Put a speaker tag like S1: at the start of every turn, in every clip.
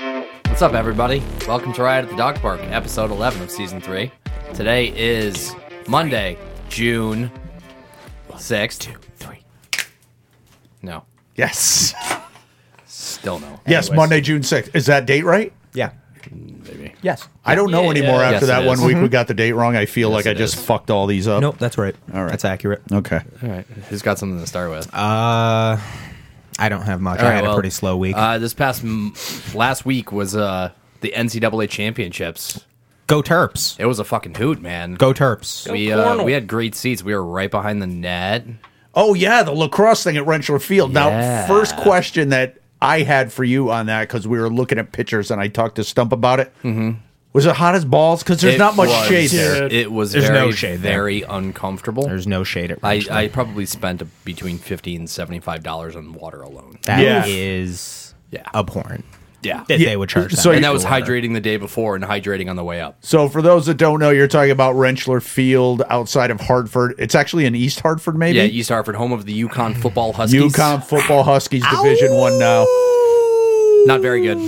S1: up, everybody? Welcome to Riot at the Dog Park, episode 11 of season 3. Today is Monday, June 6th. No,
S2: Yes.
S1: still no.
S2: yes,
S3: Anyways.
S2: Monday, June 6th. Is that date right?
S3: Yeah.
S1: Maybe.
S3: Yes.
S2: I don't know
S1: Yeah,
S2: anymore
S1: yeah. Yes,
S2: after that
S1: it
S2: one
S1: is. Mm-hmm.
S2: week we got the date wrong. I feel like I
S1: it
S2: just
S1: is.
S2: fucked all these up.
S3: Nope, that's right.
S2: All right.
S3: That's accurate.
S2: Okay.
S1: All right. Who's got something to start with?
S3: Uh, I don't have much.
S1: All
S3: I
S1: right,
S3: had
S1: well,
S3: a pretty slow week.
S1: Uh, this past m- last week was uh, the NCAA championships.
S3: Go Terps.
S1: It was a fucking hoot, man.
S3: Go Terps.
S1: we uh, we had great seats. We were right behind the net.
S2: Oh, yeah. The lacrosse thing at Rensselaer Field.
S1: Yeah.
S2: Now, first question that I had for you on that because we were looking at pictures and I talked to Stump about it. Mm-hmm. Was it hot as balls? Because there's
S1: It
S2: not much
S1: was-
S2: shade there.
S1: It was
S3: There's
S1: very,
S3: no shade there.
S1: very uncomfortable.
S3: There's no shade at
S1: I, uh,
S3: Richmond.
S1: I probably spent between fifty and seventy five dollars on water alone.
S2: Yeah.
S3: That is
S1: Yeah.
S3: abhorrent.
S1: Yeah,
S3: That they would charge that.
S2: So
S3: much
S1: and that
S3: for
S1: was
S3: water.
S1: hydrating the day before and hydrating on the way up.
S2: So, for those that don't know, you're talking about Rensselaer Field outside of Hartford. It's actually in East Hartford, maybe?
S1: Yeah, East Hartford, home of the Yukon football Huskies.
S2: UConn football Huskies Division One now.
S1: not very good.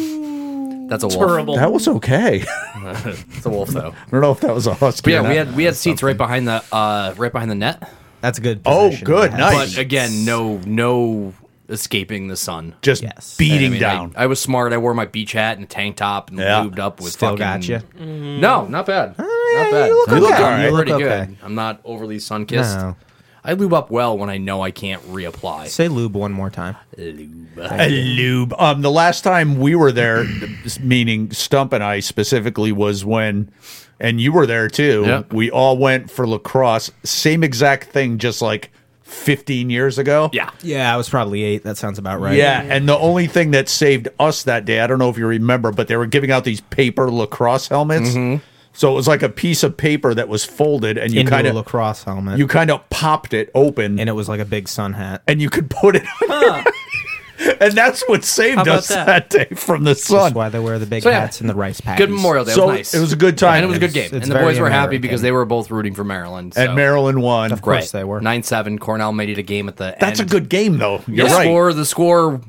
S1: That's a wolf.
S2: That was okay.
S1: It's a wolf though.
S2: I don't know if that was a
S1: But
S2: husky.
S1: yeah,
S2: or
S1: we
S2: not.
S1: had we had seats right behind the uh, right behind the net.
S3: That's a good.
S2: Oh,
S3: position
S2: good,
S3: to have.
S2: nice.
S1: But again, no no escaping the sun.
S2: just
S3: Yes.
S2: beating
S1: I mean, I-
S2: down.
S1: I, was smart. I wore my beach hat and a tank top and
S2: Yeah.
S1: lubed up with
S3: Still
S1: fucking.
S3: gotcha.
S1: No, not bad. not bad.
S3: you look
S2: You look okay.
S1: I'm
S2: alright. You
S3: look
S1: pretty
S3: okay.
S1: good. I'm not overly sun kissed.
S3: No.
S1: I lube up well when I know I can't reapply.
S3: Say lube one more time.
S1: Lube.
S2: A lube. Um, the last time we were there, meaning Stump and I specifically, was when, and you were there too.
S1: Yep.
S2: We all went for lacrosse. Same exact thing, just like 15 years ago.
S1: Yeah.
S3: Yeah, I was probably eight. That sounds about right.
S2: Yeah, and the only thing that saved us that day, I don't know if you remember, but they were giving out these paper lacrosse helmets.
S1: Mm-hmm.
S2: So it was like a piece of paper that was folded, and you
S3: Into
S2: kind
S3: a
S2: of
S3: lacrosse helmet.
S2: you kind of popped it open,
S3: and it was like a big sun hat.
S2: and you could put it on your- and that's what saved
S1: about
S2: us
S1: that?
S2: that? day from the
S3: That's
S2: sun.
S3: why they wear the big
S1: So, yeah.
S3: hats and the rice patties.
S1: Good Memorial Day. It
S2: So
S1: was nice.
S2: it was a good time.
S1: And it was a good game.
S3: It's- it's
S1: and the boys
S3: very
S1: were happy because
S3: American.
S1: they were both rooting for Maryland. So.
S2: And Maryland won.
S3: Of course they were.
S1: Nine seven. Cornell made it a game at the end.
S2: That's a good game, though. You're
S1: the
S2: right.
S1: Score, the score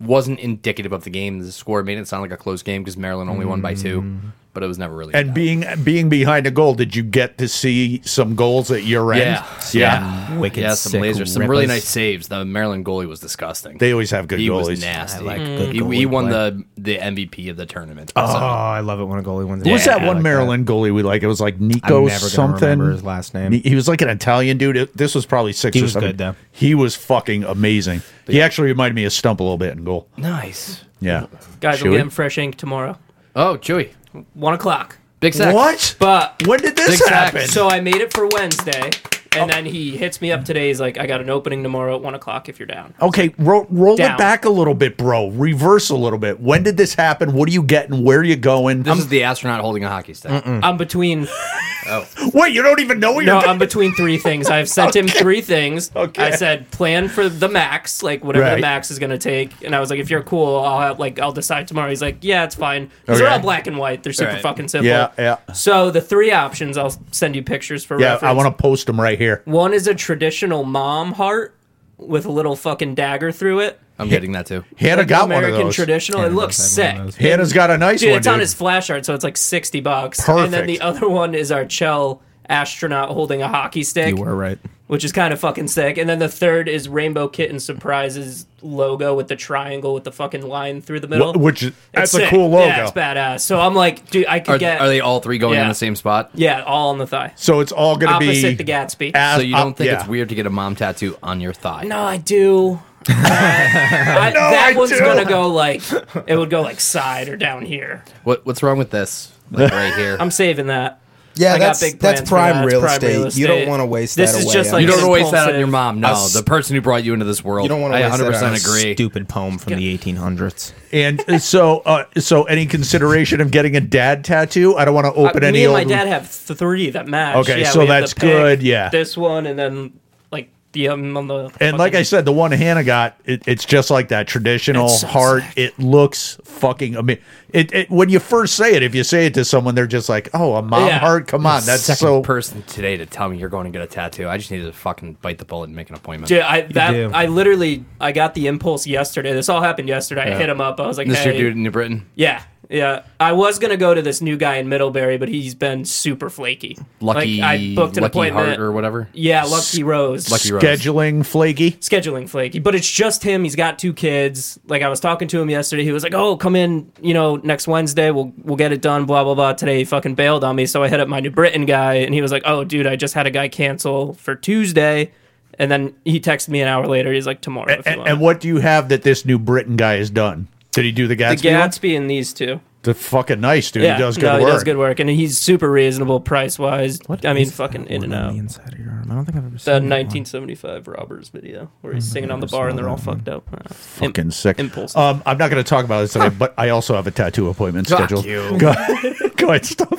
S1: wasn't indicative of the game. The score made it sound like a close game because Maryland only won by two, but it was never really.
S2: And
S1: that.
S2: being being behind a goal, did you get to see some goals at your end?
S1: Yeah.
S2: yeah.
S3: Wicked
S1: yeah, some
S3: sick
S1: lasers, some really
S3: rippers.
S1: nice saves. The Maryland goalie was disgusting.
S2: They always have good
S1: he
S2: goalies.
S1: was nasty. Mm.
S3: I like good
S1: he, he
S3: goalie
S1: won
S3: play.
S1: the the MVP of the tournament.
S3: Oh,
S1: So-
S3: I love it when a goalie wins.
S2: Who was
S1: Yeah,
S2: that one Maryland goalie we like? It was like
S3: I'm never
S2: Nico
S3: gonna
S2: something.
S3: remember his last name.
S2: He he was like an Italian dude. It- This was probably six
S3: He
S2: or
S3: was
S2: something.
S3: good, though.
S2: He was fucking amazing. He actually reminded me of Stump a little bit in goal.
S1: nice.
S2: Yeah.
S4: Guys,
S2: Chewy?
S4: I'm getting fresh ink tomorrow.
S1: Oh, Chewy,
S4: One o'clock.
S1: big sack.
S2: What?
S4: But
S2: when did
S1: Big
S2: this
S1: sack.
S2: happen?
S4: so I made it for Wednesday,
S2: Oh.
S4: and then he hits me up today. He's like, "I got an opening tomorrow at one o'clock. If you're down."
S2: okay, ro- roll it
S4: Down.
S2: back a little bit, bro. Reverse a little bit. When did this happen? What are you getting? Where are you going?
S1: This is the astronaut holding a hockey stick.
S4: I'm between.
S2: Wait, you don't even know what
S4: No,
S2: Mm. you're
S4: I'm between three things. I've sent him three things.
S2: Okay.
S4: I said plan for the max, like whatever
S2: Right.
S4: the max is gonna take. And I was like, if you're cool, I'll have like I'll decide tomorrow. He's like, yeah, it's fine. 'Cause they're
S2: Okay.
S4: all black and white. They're super
S1: Right.
S4: fucking simple.
S2: Yeah, yeah.
S4: So the three options, I'll send you pictures for
S2: Yeah,
S4: reference.
S2: I want to post them right here.
S4: One is a traditional mom heart with a little fucking dagger through it.
S1: I'm getting that too.
S2: Hannah
S4: Like
S2: got
S4: American
S2: one of those.
S4: traditional.
S3: Hannah
S4: it looks
S3: does have
S4: sick.
S3: one of those.
S2: Hannah's got a nice
S4: Dude,
S2: one.
S4: it's on his flash art, so it's like sixty bucks. And
S2: Perfect.
S4: then the other one is our Chell astronaut holding a hockey stick,
S3: You were right.
S4: which is kind of fucking sick. And then the third is Rainbow Kitten Surprises logo with the triangle with the fucking line through the middle.
S2: Wh- which is-
S4: It's
S2: that's a
S4: sick.
S2: cool logo.
S4: Yeah, it's badass. So I'm like, dude, I could
S1: Are,
S4: get
S1: are they all three going in
S4: Yeah.
S1: the same spot?
S4: yeah, all on the thigh,
S2: so it's all going to be
S4: opposite the Gatsby.
S2: as-
S1: So you don't
S2: up-
S1: think
S2: yeah.
S1: it's weird to get a mom tattoo on your thigh?
S4: No, I do. Uh, I- that
S2: I
S4: one's
S2: do.
S4: gonna go like it would go like side or down here.
S1: What What's wrong with this? Like right here.
S4: I'm saving that.
S5: Yeah,
S4: I got
S5: that's
S4: big
S5: that's
S4: plans for
S5: prime,
S4: that. It's
S5: real,
S4: prime
S5: estate.
S4: real
S5: You
S4: estate.
S5: don't want to waste
S4: This
S5: that
S4: is
S5: away.
S4: just
S5: on
S4: like-
S1: you don't
S4: It's
S1: waste that on
S4: impulsive.
S1: your mom. No,
S5: Us-
S1: the person who brought you into this world.
S5: You don't wanna
S1: I
S5: waste that
S1: 100
S5: on us.
S1: agree.
S3: Stupid poem from the 1800s.
S2: And so, uh, so any consideration of getting a dad tattoo? I don't want to open
S4: Uh, me
S2: any
S4: and
S2: old.
S4: my dad have th- three that match.
S2: Okay,
S4: yeah,
S2: so
S4: we have
S2: that's
S4: the pig,
S2: good, yeah.
S4: this one and then like the um, on the
S2: and like I said, the one Hannah got, it, it's just like that traditional
S4: It's so
S2: heart. It looks fucking. I mean, it, it when you first say it, if you say it to someone, they're just like, "Oh, a mom
S4: Yeah.
S2: heart. Come on, that's
S1: Second
S2: so."
S1: person today to tell me you're going to get a tattoo. I just needed to fucking bite the bullet and make an appointment.
S4: Dude, I that
S3: do.
S4: I literally I got the impulse yesterday. This all happened yesterday. I hit him up. I was like,
S1: This
S4: hey,
S1: your dude in New Britain?
S4: yeah. Yeah, I was gonna go to this new guy in Middlebury, but he's been super flaky.
S1: Lucky,
S4: like, I booked an
S1: Lucky
S4: appointment.
S1: Heart or whatever.
S4: yeah, Lucky Rose.
S1: Lucky Rose.
S2: Scheduling flaky.
S4: scheduling flaky, but it's just him. He's got two kids. Like I was talking to him yesterday, he was like, "Oh, come in, you know, next Wednesday. We'll we'll get it done." Blah blah blah. Today he fucking bailed on me, so I hit up my New Britain guy, and he was like, "Oh, dude, I just had a guy cancel for Tuesday," and then he texted me an hour later. He's like, "Tomorrow." if you
S2: And,
S4: want."
S2: and what do you have that this new Britain guy has done? Did he do the
S4: the
S2: Gatsby? one?
S4: Gatsby and these two.
S2: The fucking nice dude. he does good
S4: no,
S2: work.
S4: he does good work, and he's super reasonable price wise. I mean,
S3: is
S4: fucking
S3: that
S4: in and
S3: one on
S4: out.
S3: The inside of your arm. I don't think I've ever
S4: The
S3: seen that one.
S4: 1975 robbers video where
S3: Mm-hmm.
S4: he's singing on the bar and they're all fucked up. Uh, imp-
S2: Fucking sick.
S4: impulse.
S2: Um, I'm not going to talk about this today, but I also have a tattoo appointment
S1: Fuck
S2: scheduled.
S1: you.
S2: Go, go ahead, stop.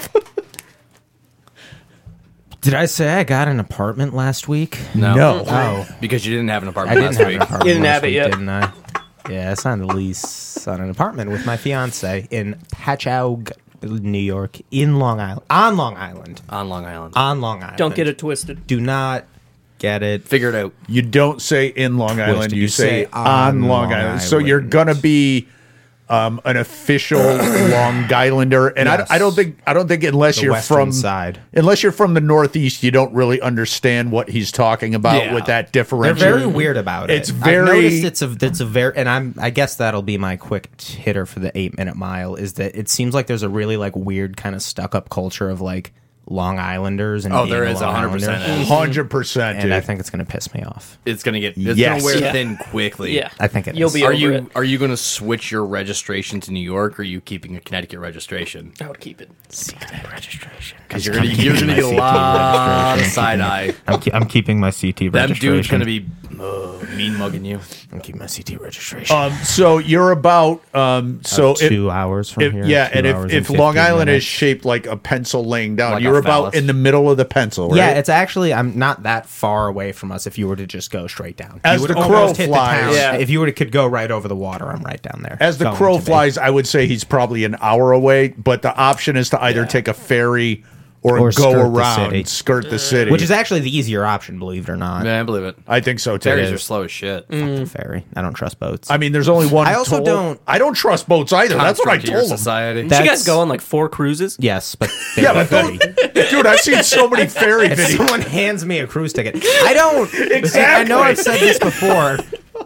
S3: Did I say I got an apartment last week?
S1: No.
S2: No.
S3: Oh,
S1: Because you didn't have an
S3: I
S1: apartment
S3: didn't
S1: last
S3: have
S1: week.
S3: an apartment.
S4: You didn't
S3: last
S4: have it
S3: week,
S4: yet.
S3: didn't I? Yeah, I signed a lease on an apartment with my fiance in Patchogue, New York, in Long Island, on Long Island,
S1: on Long Island.
S3: on Long Island.
S4: Don't get it twisted.
S3: Do not get it.
S1: Figure it out.
S2: You don't say in Long Island. You,
S3: You
S2: say,
S3: say
S2: on
S3: on
S2: Long
S3: Long
S2: Island. So you're
S3: Island.
S2: gonna be um, an official Long Islander, and
S3: Yes.
S2: I, I don't think I don't think unless
S3: The
S2: you're
S3: western
S2: from
S3: side.
S2: unless you're from the Northeast, you don't really understand what he's talking about
S4: Yeah.
S2: with that
S3: They're
S2: differential.
S3: very weird about it.
S2: It's
S3: I've
S2: very-
S3: noticed it's a it's a very and I'm I guess that'll be my quick t- hitter for the eight minute mile is that it seems like there's a really like weird kind of stuck up culture of like Long Islanders and
S1: Oh,
S3: being
S1: there
S3: a
S1: is
S3: Long
S1: 100%
S3: Islander.
S2: hundred percent,
S3: and I
S2: dude.
S3: think it's gonna piss me off.
S1: It's gonna get. It's
S2: Yes.
S1: gonna wear
S4: Yeah.
S1: thin quickly.
S4: Yeah,
S3: I think it
S4: you'll
S3: is.
S4: be.
S1: Are
S4: over
S1: you
S4: It.
S1: are you going to switch your registration to New York? Or are you keeping a Connecticut registration?
S4: I would keep it.
S3: Secret registration.
S1: Because you're gonna you're gonna get a lot of side eye.
S3: I'm, ke- I'm keeping my CT registration.
S1: That dude's gonna be uh, mean mugging you.
S3: I'm keeping my CT registration.
S2: um, so you're about um, so if-
S3: two hours from
S2: if,
S3: here.
S2: yeah,
S3: two
S2: and
S3: hours
S2: if, if
S3: 15
S2: Long Island
S3: minutes.
S2: is shaped like a pencil laying down,
S1: Like a
S2: you're about
S1: phallus.
S2: in the middle of the pencil, right?
S3: Yeah, it's actually I'm not that far away from us. If you were to just go straight down,
S2: As
S3: you would
S2: the crow
S3: almost hit
S2: flies.
S3: town.
S4: Yeah.
S3: If you were to could go right over the water, I'm right down there.
S2: As the
S3: Going
S2: crow
S3: to be.
S2: flies, I would say he's probably an hour away, but the option is to either take a ferry or,
S3: Or
S2: go
S3: skirt the
S2: around,
S3: city.
S2: skirt the city.
S3: which is actually the easier option, believe it or not.
S1: Man, I believe it.
S2: I think so too.
S1: Ferries are slow as shit.
S3: The ferry. I don't trust boats.
S2: I mean, there's only one.
S3: I also
S2: toll.
S3: don't-
S2: I don't trust boats either. That's what I
S1: Construct to your
S2: told him.
S1: society.
S4: Did you
S3: That's-
S4: guys go on like four cruises?
S3: yes, but
S2: Yeah, but don't, dude, I've seen so many ferry
S3: if
S2: videos.
S3: someone hands me a cruise ticket, I don't. I know I've said this before.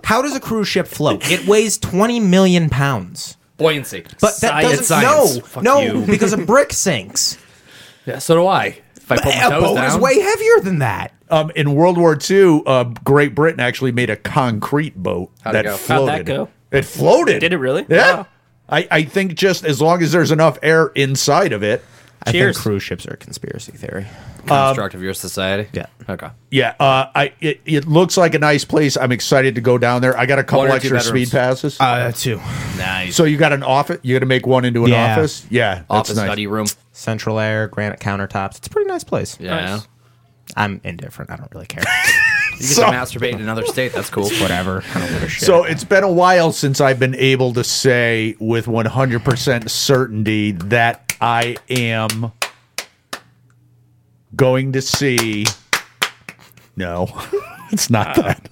S3: How does a cruise ship float? It weighs 20 million pounds.
S1: Buoyancy.
S3: But that
S4: Science.
S3: doesn't
S1: Science.
S3: no
S1: Fuck
S3: no
S1: you.
S3: because a brick sinks.
S1: yeah, so do I. If I put my
S3: A
S1: toes
S3: boat
S1: down,
S3: is way heavier than that.
S2: Um, in World War II, uh, Great Britain actually made a concrete boat
S1: How'd it
S2: that
S1: go?
S2: floated.
S1: How'd
S4: that go?
S2: It floated.
S4: Did it really?
S2: Yeah.
S4: Wow.
S2: I, I think just as long as there's enough air inside of it.
S3: I
S4: Cheers.
S3: think cruise ships are a conspiracy theory.
S1: construct of your society.
S3: yeah.
S1: Okay.
S2: Yeah, uh, I it, it looks like a nice place. I'm excited to go down there. I got a couple
S1: One or two
S2: extra
S1: bedrooms.
S2: speed passes.
S3: Uh, two
S1: Nice.
S2: so you got an office? You got to make one into an
S3: Yeah.
S2: office? Yeah, that's
S1: Office
S2: nice.
S1: study room.
S3: central air, granite countertops. It's a pretty nice place.
S1: Yeah.
S4: Nice.
S3: I'm indifferent. I don't really care.
S1: You get
S2: So-
S1: to masturbate in another state. That's cool.
S3: Whatever. I don't give a shit.
S2: So it's been a while since I've been able to say with 100% certainty that I am going to see. No, it's not
S1: Uh.
S2: that.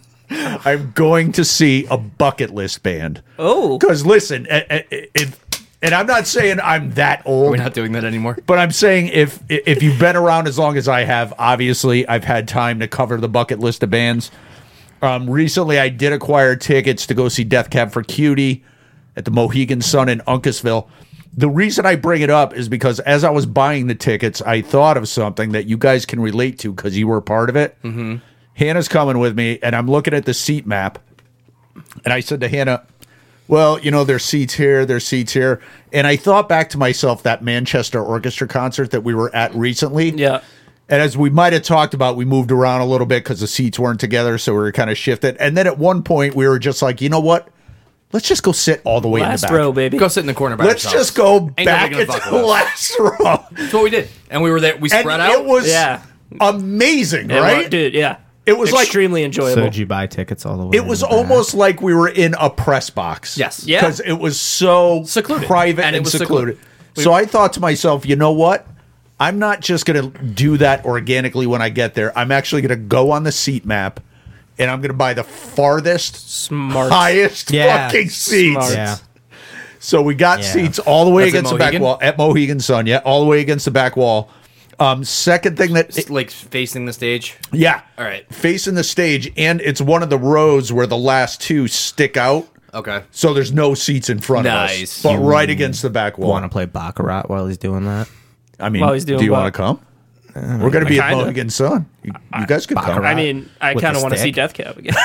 S2: I'm going to see a bucket list band.
S4: Oh,
S2: Because listen, eh, eh, eh, if, and I'm not saying I'm that
S1: We're
S2: old,
S1: not doing that anymore.
S2: but I'm saying if if you've been around as long as I have, obviously I've had time to cover the bucket list of bands. Um, recently, I did acquire tickets to go see Death Cab for Cutie at the Mohegan Sun in Uncasville. The reason I bring it up is because as I was buying the tickets, I thought of something that you guys can relate to because you were a part of it. Mm-hmm. Hannah's coming with me, and I'm looking at the seat map, and I said to Hannah, well, you know, there's seats here, there's seats here. And I thought back to myself that Manchester Orchestra concert that we were at recently.
S4: yeah.
S2: And as we might have talked about, we moved around a little bit because the seats weren't together. So we were kind of shifted. And then at one point, we were just like, you know what? Let's just go sit all the way in
S4: Last
S2: the back.
S4: row, baby.
S1: Go sit in the corner by
S2: Let's
S1: yourself.
S2: just go
S1: Ain't
S2: back
S1: nobody
S2: into
S1: gonna fuck
S2: the
S1: with us.
S2: last row.
S1: That's what we did, and we were there. We
S2: And
S1: spread out.
S2: it was
S4: Yeah.
S2: amazing,
S4: It wa-
S2: right?
S4: dude? Yeah.
S2: It was like-
S4: extremely
S3: So
S4: enjoyable.
S3: did you buy tickets all the way?
S2: It was almost like we were in a press box.
S1: Yes.
S4: Yeah.
S2: Because it was so
S1: Secluded.
S2: private,
S1: And
S2: and,
S1: it was
S2: secluded.
S1: secluded.
S2: So I thought to myself, you know what? I'm not just going to do that organically when I get there. I'm actually going to go on the seat map, and I'm going to buy the farthest,
S4: Smart.
S2: highest
S3: Yeah.
S2: fucking seats.
S4: Smart.
S3: Yeah.
S2: So we got
S3: Yeah.
S2: seats all the way
S1: That's at
S2: against the back
S1: Mohegan?
S2: wall at Mohegan Sun. Yeah, all the way against the back wall. Um, second thing that
S1: It's like facing the stage.
S2: yeah,
S1: All right.
S2: facing the stage, and it's one of the rows where the last two stick out,
S1: Okay.
S2: so there's no seats in front of us,
S1: Nice.
S2: but right against the back wall.
S3: Want to play baccarat while he's doing that?
S2: I mean,
S4: Well, he's doing
S2: do you
S4: well.
S2: want to come? We're going to be at
S4: kinda.
S2: Mohegan Sun. You, you guys could come.
S4: I mean, I
S3: With
S4: kind
S3: the
S4: of want to see
S3: stick?
S4: Death Cab again.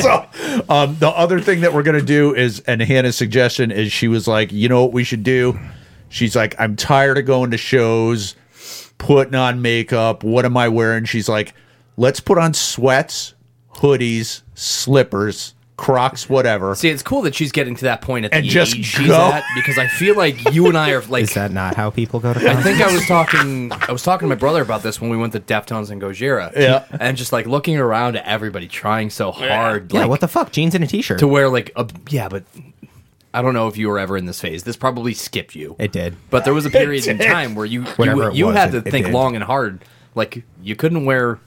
S2: So, um, the other thing that we're gonna do is, and Hannah's suggestion is, she was like, you know what we should do? She's like, I'm tired of going to shows, putting on makeup. What am I wearing? She's like, let's put on sweats, hoodies, slippers, Crocs, whatever.
S1: See, it's cool that she's getting to that point at
S2: And
S1: the
S2: just
S1: age she's
S2: go.
S1: at because I feel like you and I are like.
S3: Is that not how people go to
S1: I
S3: concerts?
S1: think I was talking. I was talking to my brother about this when we went to Deftones and Gojira.
S2: Yeah.
S1: and just like looking around at everybody trying so hard.
S3: yeah,
S1: like,
S3: what the fuck? Jeans and a t-shirt.
S1: to wear like a yeah, but I don't know if you were ever in this phase. This probably skipped you.
S3: It did.
S1: But there was a period in time where you
S3: Whatever
S1: you,
S3: it
S1: you
S3: was,
S1: had to
S3: it- it
S1: think
S3: did.
S1: long and hard. Like you couldn't wear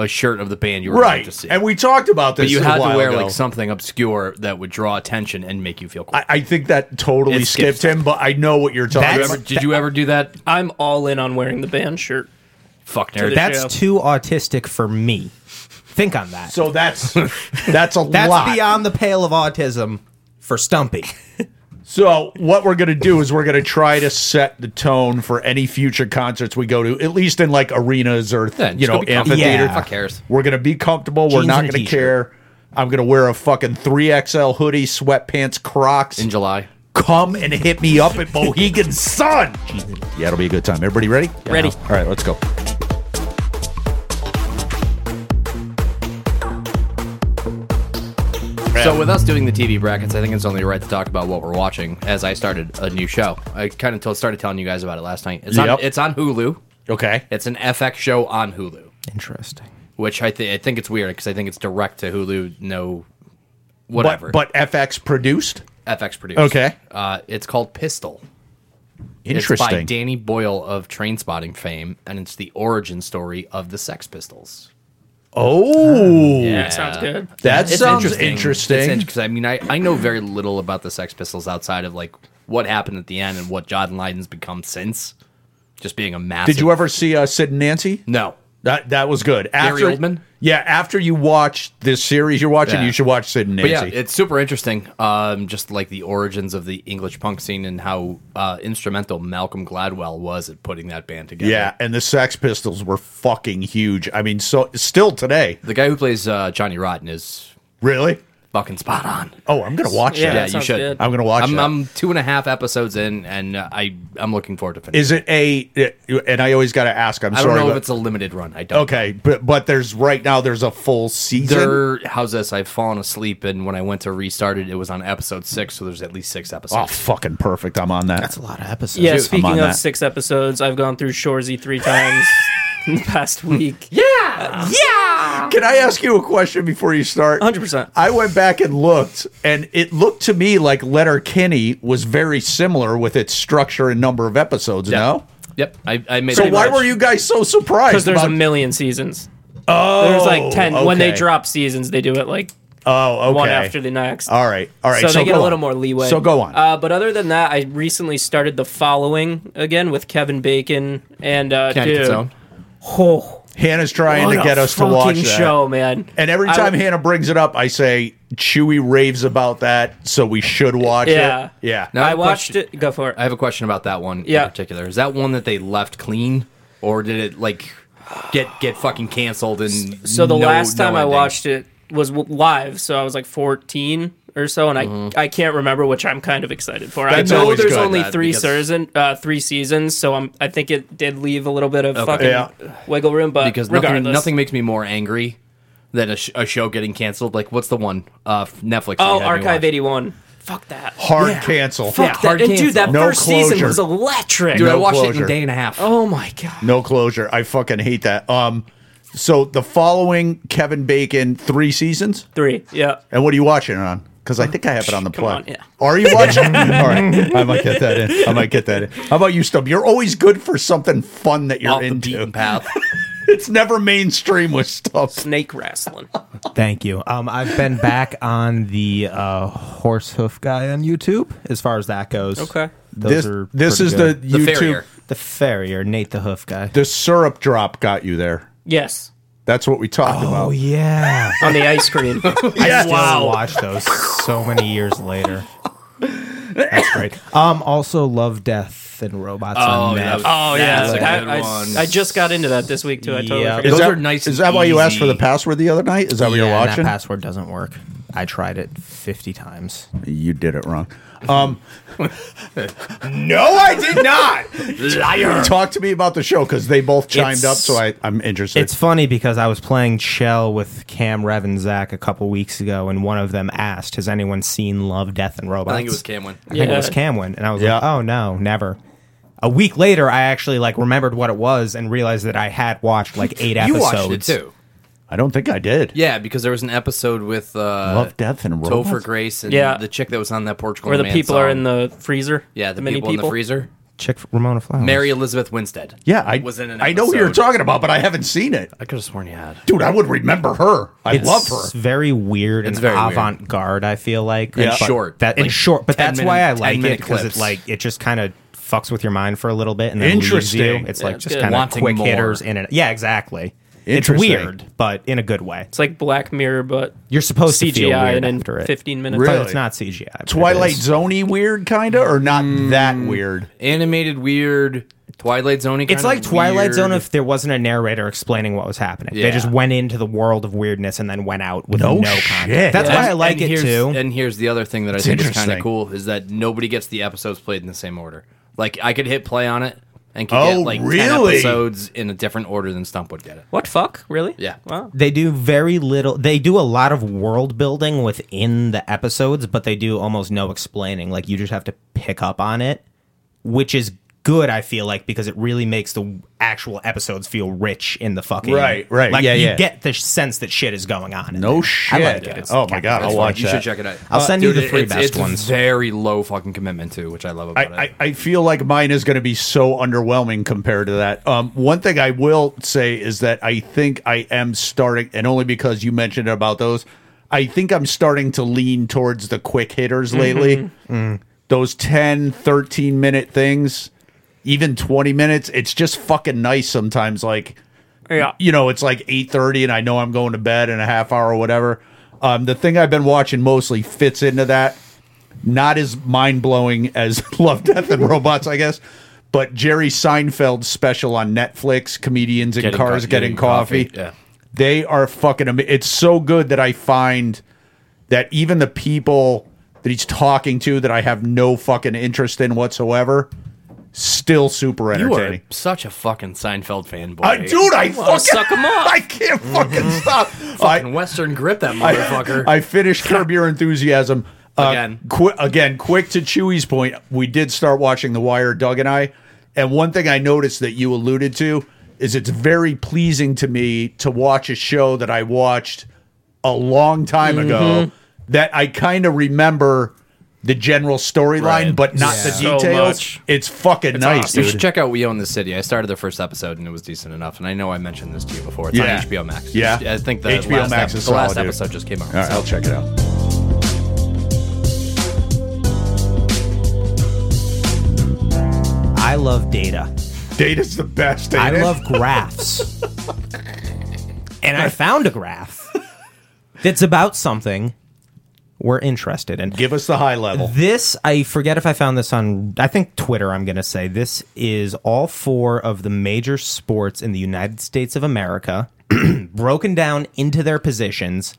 S1: a shirt of the band you were going to
S2: Right,
S1: see.
S2: and we talked about this.
S1: but you
S2: a
S1: had to
S2: while
S1: wear
S2: ago.
S1: like something obscure that would draw attention and make you feel cool.
S2: I, I think that totally
S1: It
S2: skipped,
S1: skipped.
S2: him, but I know what you're talking
S1: Did you
S2: about.
S1: ever- did you ever do that?
S4: I'm all in on wearing the band shirt.
S1: Fuck nerd.
S4: That-
S3: That's
S4: Yeah.
S3: too autistic for me. Think on that.
S2: So that's that's a
S3: That's
S2: lot.
S3: beyond the pale of autism for Stumpy.
S2: So what we're gonna do is we're gonna try to set the tone for any future concerts we go to, at least in like arenas or
S1: Yeah,
S2: you
S1: just
S2: know
S1: go be comfortable.
S2: amphitheater.
S3: Yeah.
S1: Fuck cares.
S2: We're gonna be comfortable. we're
S3: Jeans
S2: not
S3: and a
S2: gonna
S3: t-shirt.
S2: care. I'm gonna wear a fucking three XL hoodie, sweatpants, Crocs.
S1: In July.
S2: Come and hit me up at Mohegan Sun. Yeah, it'll be a good time. Everybody ready?
S4: Ready.
S2: All right, let's go.
S1: So with us doing the TV brackets, I think it's only right to talk about what we're watching. As I started a new show, I kind of told, started telling you guys about it last night. It's
S2: Yep.
S1: on it's on Hulu.
S2: Okay.
S1: It's an FX show on Hulu,
S3: Interesting.
S1: which I think I think it's weird because I think it's direct to Hulu. No, whatever.
S2: But, but FX produced.
S1: FX produced.
S2: Okay.
S1: uh, it's called Pistol. It's by
S2: Interesting.
S1: Danny Boyle of Train Spotting fame, and it's the origin story of the Sex Pistols.
S2: oh,
S4: That sounds good.
S2: that
S1: It's
S2: sounds
S1: interesting.
S2: interesting.
S1: Because I mean, I, I know very little about the Sex Pistols outside of like what happened at the end and what John Lydon's become since, just being a massive.
S2: Did you ever see uh, Sid and Nancy?
S1: No.
S2: That that was good.
S1: Gary Oldman?
S2: Yeah, after you watch this series you're watching,
S1: Yeah.
S2: you should watch Sid and
S1: But
S2: Nancy.
S1: yeah, it's super interesting. Um, just like the origins of the English punk scene and how uh, instrumental Malcolm Gladwell was at putting that band together.
S2: yeah, and the Sex Pistols were fucking huge. I mean, so still today,
S1: The guy who plays uh, Johnny Rotten is
S2: really.
S1: fucking spot on.
S2: Oh, I'm gonna watch
S4: Yeah,
S2: that.
S1: Yeah,
S4: that
S1: you
S4: sounds
S1: should.
S4: good.
S2: I'm gonna watch
S1: I'm,
S2: that.
S1: I'm two and a half episodes in, and uh, I I'm looking forward to finishing.
S2: Is it a? And I always gotta ask. I'm
S1: I don't
S2: sorry.
S1: know
S2: but-
S1: if it's a limited run. I don't.
S2: okay, but but there's right now there's a full season.
S1: There, how's this? I've fallen asleep, and when I went to restart it, it was on episode six. So there's at least six
S2: oh,
S1: episodes.
S2: fucking perfect. I'm on that.
S3: That's a lot of episodes.
S4: Yeah,
S2: I'm
S4: speaking
S2: on
S4: of
S2: that.
S4: six episodes, I've gone through Shorzy three times in the past week. Yeah,
S2: Can I ask you a question before you start?
S4: 100%.
S2: I went back and looked, and it looked to me like Letter Kenny was very similar with its structure and number of episodes.
S1: Yeah.
S2: No,
S1: Yep, I, I made.
S2: Oh. so
S1: it
S2: why
S1: much.
S2: were you guys so surprised?
S4: because there's a
S2: about-
S4: million seasons.
S2: oh,
S4: There's like ten. When they
S2: okay.
S4: drop seasons, they do it like
S2: oh, okay.
S4: one after the next.
S2: All right, all right.
S4: So, they get
S2: go
S4: a little
S2: on.
S4: more leeway.
S2: So go on.
S4: Uh, but other than that, I recently started the following again with Kevin Bacon and uh,
S1: Can't
S4: dude.
S1: get zone.
S4: Oh,
S2: Hannah's trying
S4: what
S2: to get
S4: a
S2: us to watch
S4: fucking
S2: that.
S4: show, man.
S2: And every
S4: I-
S2: time Hannah brings it up, I say Chewy raves about that, so we should watch
S4: Yeah.
S2: it. Yeah,
S1: No.
S4: I
S1: have a
S4: watched
S1: question.
S4: it. Go for it.
S1: I have a question about that one
S4: Yeah.
S1: in particular. Is that one that they left clean, or did it like get get fucking canceled? And
S4: So the
S1: no-
S4: last
S1: no
S4: time I
S1: ending?
S4: watched it was w- live, so I was like 14 or so, and I
S1: Mm-hmm.
S4: I can't remember, which I'm kind of excited for.
S2: That's
S4: I know
S2: always
S4: there's
S2: good,
S4: only
S1: that,
S4: three
S1: because-
S4: season, uh, three seasons, so I'm I think it did leave a little bit of fucking
S2: Yeah.
S4: wiggle room, but
S1: because nothing,
S4: regardless,
S1: nothing makes me more angry than a, sh- a show getting canceled. Like what's the one? Uh, Netflix.
S4: Oh,
S1: you had me
S4: Archive
S1: watch.
S4: 81. Fuck that.
S2: hard cancel.
S4: Fuck that.
S1: hard
S4: and dude,
S1: cancel.
S4: that
S2: No
S4: first season
S2: closure.
S4: was electric.
S1: Dude, I
S2: No
S1: watched it in
S2: closure.
S1: a day and a half.
S4: oh my god.
S2: No closure. I fucking hate that. Um, so the following Kevin Bacon three seasons,
S4: Three. Yeah.
S2: and what are you watching it on? Because I think I have it on the
S4: Come
S2: plug.
S4: on, yeah.
S2: Are you watching? All right, I might get that in. I might get that in. How about you, Stub? You're always good for something fun that you're
S1: off the
S2: into.
S1: beaten path.
S2: it's never mainstream with stuff.
S4: Snake wrestling.
S3: Thank you. Um, I've been back on the uh, horse hoof guy on YouTube as far as that goes.
S4: Okay.
S3: Those
S2: this
S3: are
S2: this
S3: pretty
S2: is
S3: good.
S2: the
S1: The
S2: YouTube.
S1: farrier.
S3: the farrier Nate the hoof guy.
S2: The syrup drop got you there.
S4: Yes.
S2: That's what we talked
S3: Oh
S2: about.
S3: yeah.
S4: On the ice cream.
S3: I
S2: Yes.
S3: still watch those so many years later. That's great. Um, also love Death and Robots
S1: Oh,
S3: on
S1: that
S3: Netflix.
S1: was- Oh, yeah,
S4: That's
S1: that's a
S4: I-
S1: good
S4: I,
S1: one.
S4: I just got into that this week too. I totally
S3: Yeah.
S4: forgot.
S2: Is
S1: Those
S2: that-
S1: are nice
S2: Is
S1: and
S2: that why you asked for the
S1: easy.
S2: password the other night? Is that what
S3: yeah,
S2: you're
S3: and
S2: watching?
S3: That password doesn't work. I tried it fifty times.
S2: you did it wrong. Um, no, I did not.
S1: Liar.
S2: Talk to me about the show because they both chimed
S3: It's-
S2: up, so I, I'm interested.
S3: It's funny because I was playing Shell with Cam Rev and Zach a couple weeks ago, and one of them asked, "Has anyone seen Love, Death, and Robots?"
S1: I think it was Camwin.
S3: I think it
S4: Yeah.
S3: was Camwin, and I was like,
S2: Yeah.
S3: "Oh no, never." A week later, I actually like remembered what it was and realized that I had watched like eight
S1: You
S3: episodes.
S1: watched it too.
S2: I don't think I did.
S1: Yeah, because there was an episode with uh,
S2: Love, Death, and
S1: Topher
S2: Robots?
S1: Grace and
S4: Yeah.
S1: the chick that was on that Portugal.
S4: Where the
S1: Man
S4: people are
S1: song.
S4: in the freezer.
S1: yeah the,
S4: mini
S1: people, in the freezer.
S3: Chick Ramona Flowers.
S1: Mary Elizabeth Winstead.
S2: Yeah, I
S1: was in. An
S2: I know who you're
S1: episode.
S2: talking about, but I haven't seen it.
S1: I could have sworn you had.
S2: Dude, I would remember her. I
S3: It's
S2: love her.
S3: very weird
S1: It's
S3: and
S1: very weird.
S3: avant-garde. I feel like
S2: Yeah.
S3: But
S1: short,
S3: That
S1: like
S3: and short, but
S1: 10
S3: that's why I
S1: minute- 10
S3: like it
S1: minute
S3: because it's
S1: clips.
S3: like it just kind of fucks with your mind for a little bit and then leaves you.
S2: Interesting.
S3: It's
S4: Yeah,
S3: like
S4: it's
S3: just
S4: good.
S3: kind of
S1: Wanting
S3: quick
S1: more.
S3: hitters in it. Yeah, exactly. It's
S2: Interesting.
S3: weird, but in a good way.
S4: It's like Black Mirror, but
S3: You're supposed
S4: CGI
S3: to feel weird
S4: and in
S3: after it.
S4: 15 minutes.
S2: Really?
S3: But it's not CGI. but it
S2: Twilight
S3: is.
S2: Zoney weird, kind of, or not that
S1: Mm.
S2: weird.
S1: Animated weird Twilight Zone.
S3: It's like Twilight Zone if there wasn't a narrator explaining what was happening. They
S1: Yeah.
S3: just went into the world of weirdness and then went out with
S2: No
S3: no,
S2: shit.
S3: content. That's
S2: Yeah.
S3: why I like it
S1: here's,
S3: too.
S1: And here's the other thing that I think is kind
S2: interesting.
S1: of cool is that nobody gets the episodes played in the same order. Like I could hit play on it and could
S2: Oh,
S1: get like ten
S2: really?
S1: episodes in a different order than Stump would get it.
S4: What fuck? Really?
S1: Yeah.
S4: Wow.
S3: they do very little they do a lot of world building within the episodes but they do almost no explaining like you just have to pick up on it which is good i feel like because it really makes the actual episodes feel rich in the fucking
S2: Right, right.
S3: like
S2: Yeah,
S3: you
S2: yeah.
S3: get the sense that shit is going on in
S2: No
S3: there.
S2: shit.
S3: I like it. It's
S2: Oh my
S3: kinda
S2: God, I'll
S3: fun.
S2: watch
S1: you
S2: that.
S1: should check it out.
S3: i'll send you
S1: Dude,
S3: the three
S1: it's,
S3: best
S1: it's
S3: ones
S1: Very low fucking commitment too, which I love about
S2: I,
S1: it.
S2: I, I feel like mine is going to be so underwhelming compared to that. Um, one thing I will say is that I think I am starting, and only because you mentioned about those, I think I'm starting to lean towards the quick hitters lately. Those 10, 13 minute things, even 20 minutes, it's just fucking nice sometimes. Like,
S4: Yeah.
S2: you know, it's like 8.30 and I know I'm going to bed in a half hour or whatever. Um, the thing I've been watching mostly fits into that not as mind blowing as Love, Death, and Robots, I guess. But Jerry Seinfeld's special on Netflix, comedians in
S1: Getting
S2: cars
S1: Co-
S2: getting,
S1: Getting
S2: coffee.
S1: Coffee, yeah.
S2: They are fucking. Am- it's so good that I find that even the people that he's talking to that I have no fucking interest in whatsoever, still super
S1: you are
S2: entertaining.
S1: such a fucking Seinfeld fanboy.
S2: Uh, dude, I fucking
S4: suck 'em up.
S2: I can't fucking stop. I-
S1: Fucking Western grip that motherfucker.
S2: I finished Curb Your Enthusiasm uh,
S1: Again.
S2: Qui- again, quick to Chewy's point, we did start watching The Wire, Doug and I, and one thing I noticed that you alluded to is it's very pleasing to me to watch a show that I watched a long time ago that I kind of remember the general storyline,
S1: Right.
S2: but not
S3: Yeah.
S2: the
S4: So
S2: details.
S4: much.
S2: It's fucking nice,
S1: you
S2: dude.
S1: should check out We Own the City. I started the first episode and it was decent enough. And I know I mentioned this to you before. It's
S2: Yeah.
S1: on HBO Max.
S2: Yeah.
S1: I think the
S2: HBO
S1: last,
S2: Max
S1: ep-
S2: is
S1: the last
S2: solid, dude.
S1: episode just came out.
S2: All right, I'll check it out.
S3: i love data
S2: Data's the best.
S3: i
S2: ain't it?
S3: love graphs and i found a graph that's about something we're interested in
S2: Give us the high level.
S3: This, I forget if I found this on, I think Twitter, I'm going to say. This is all four of the major sports in the United States of America broken down into their positions,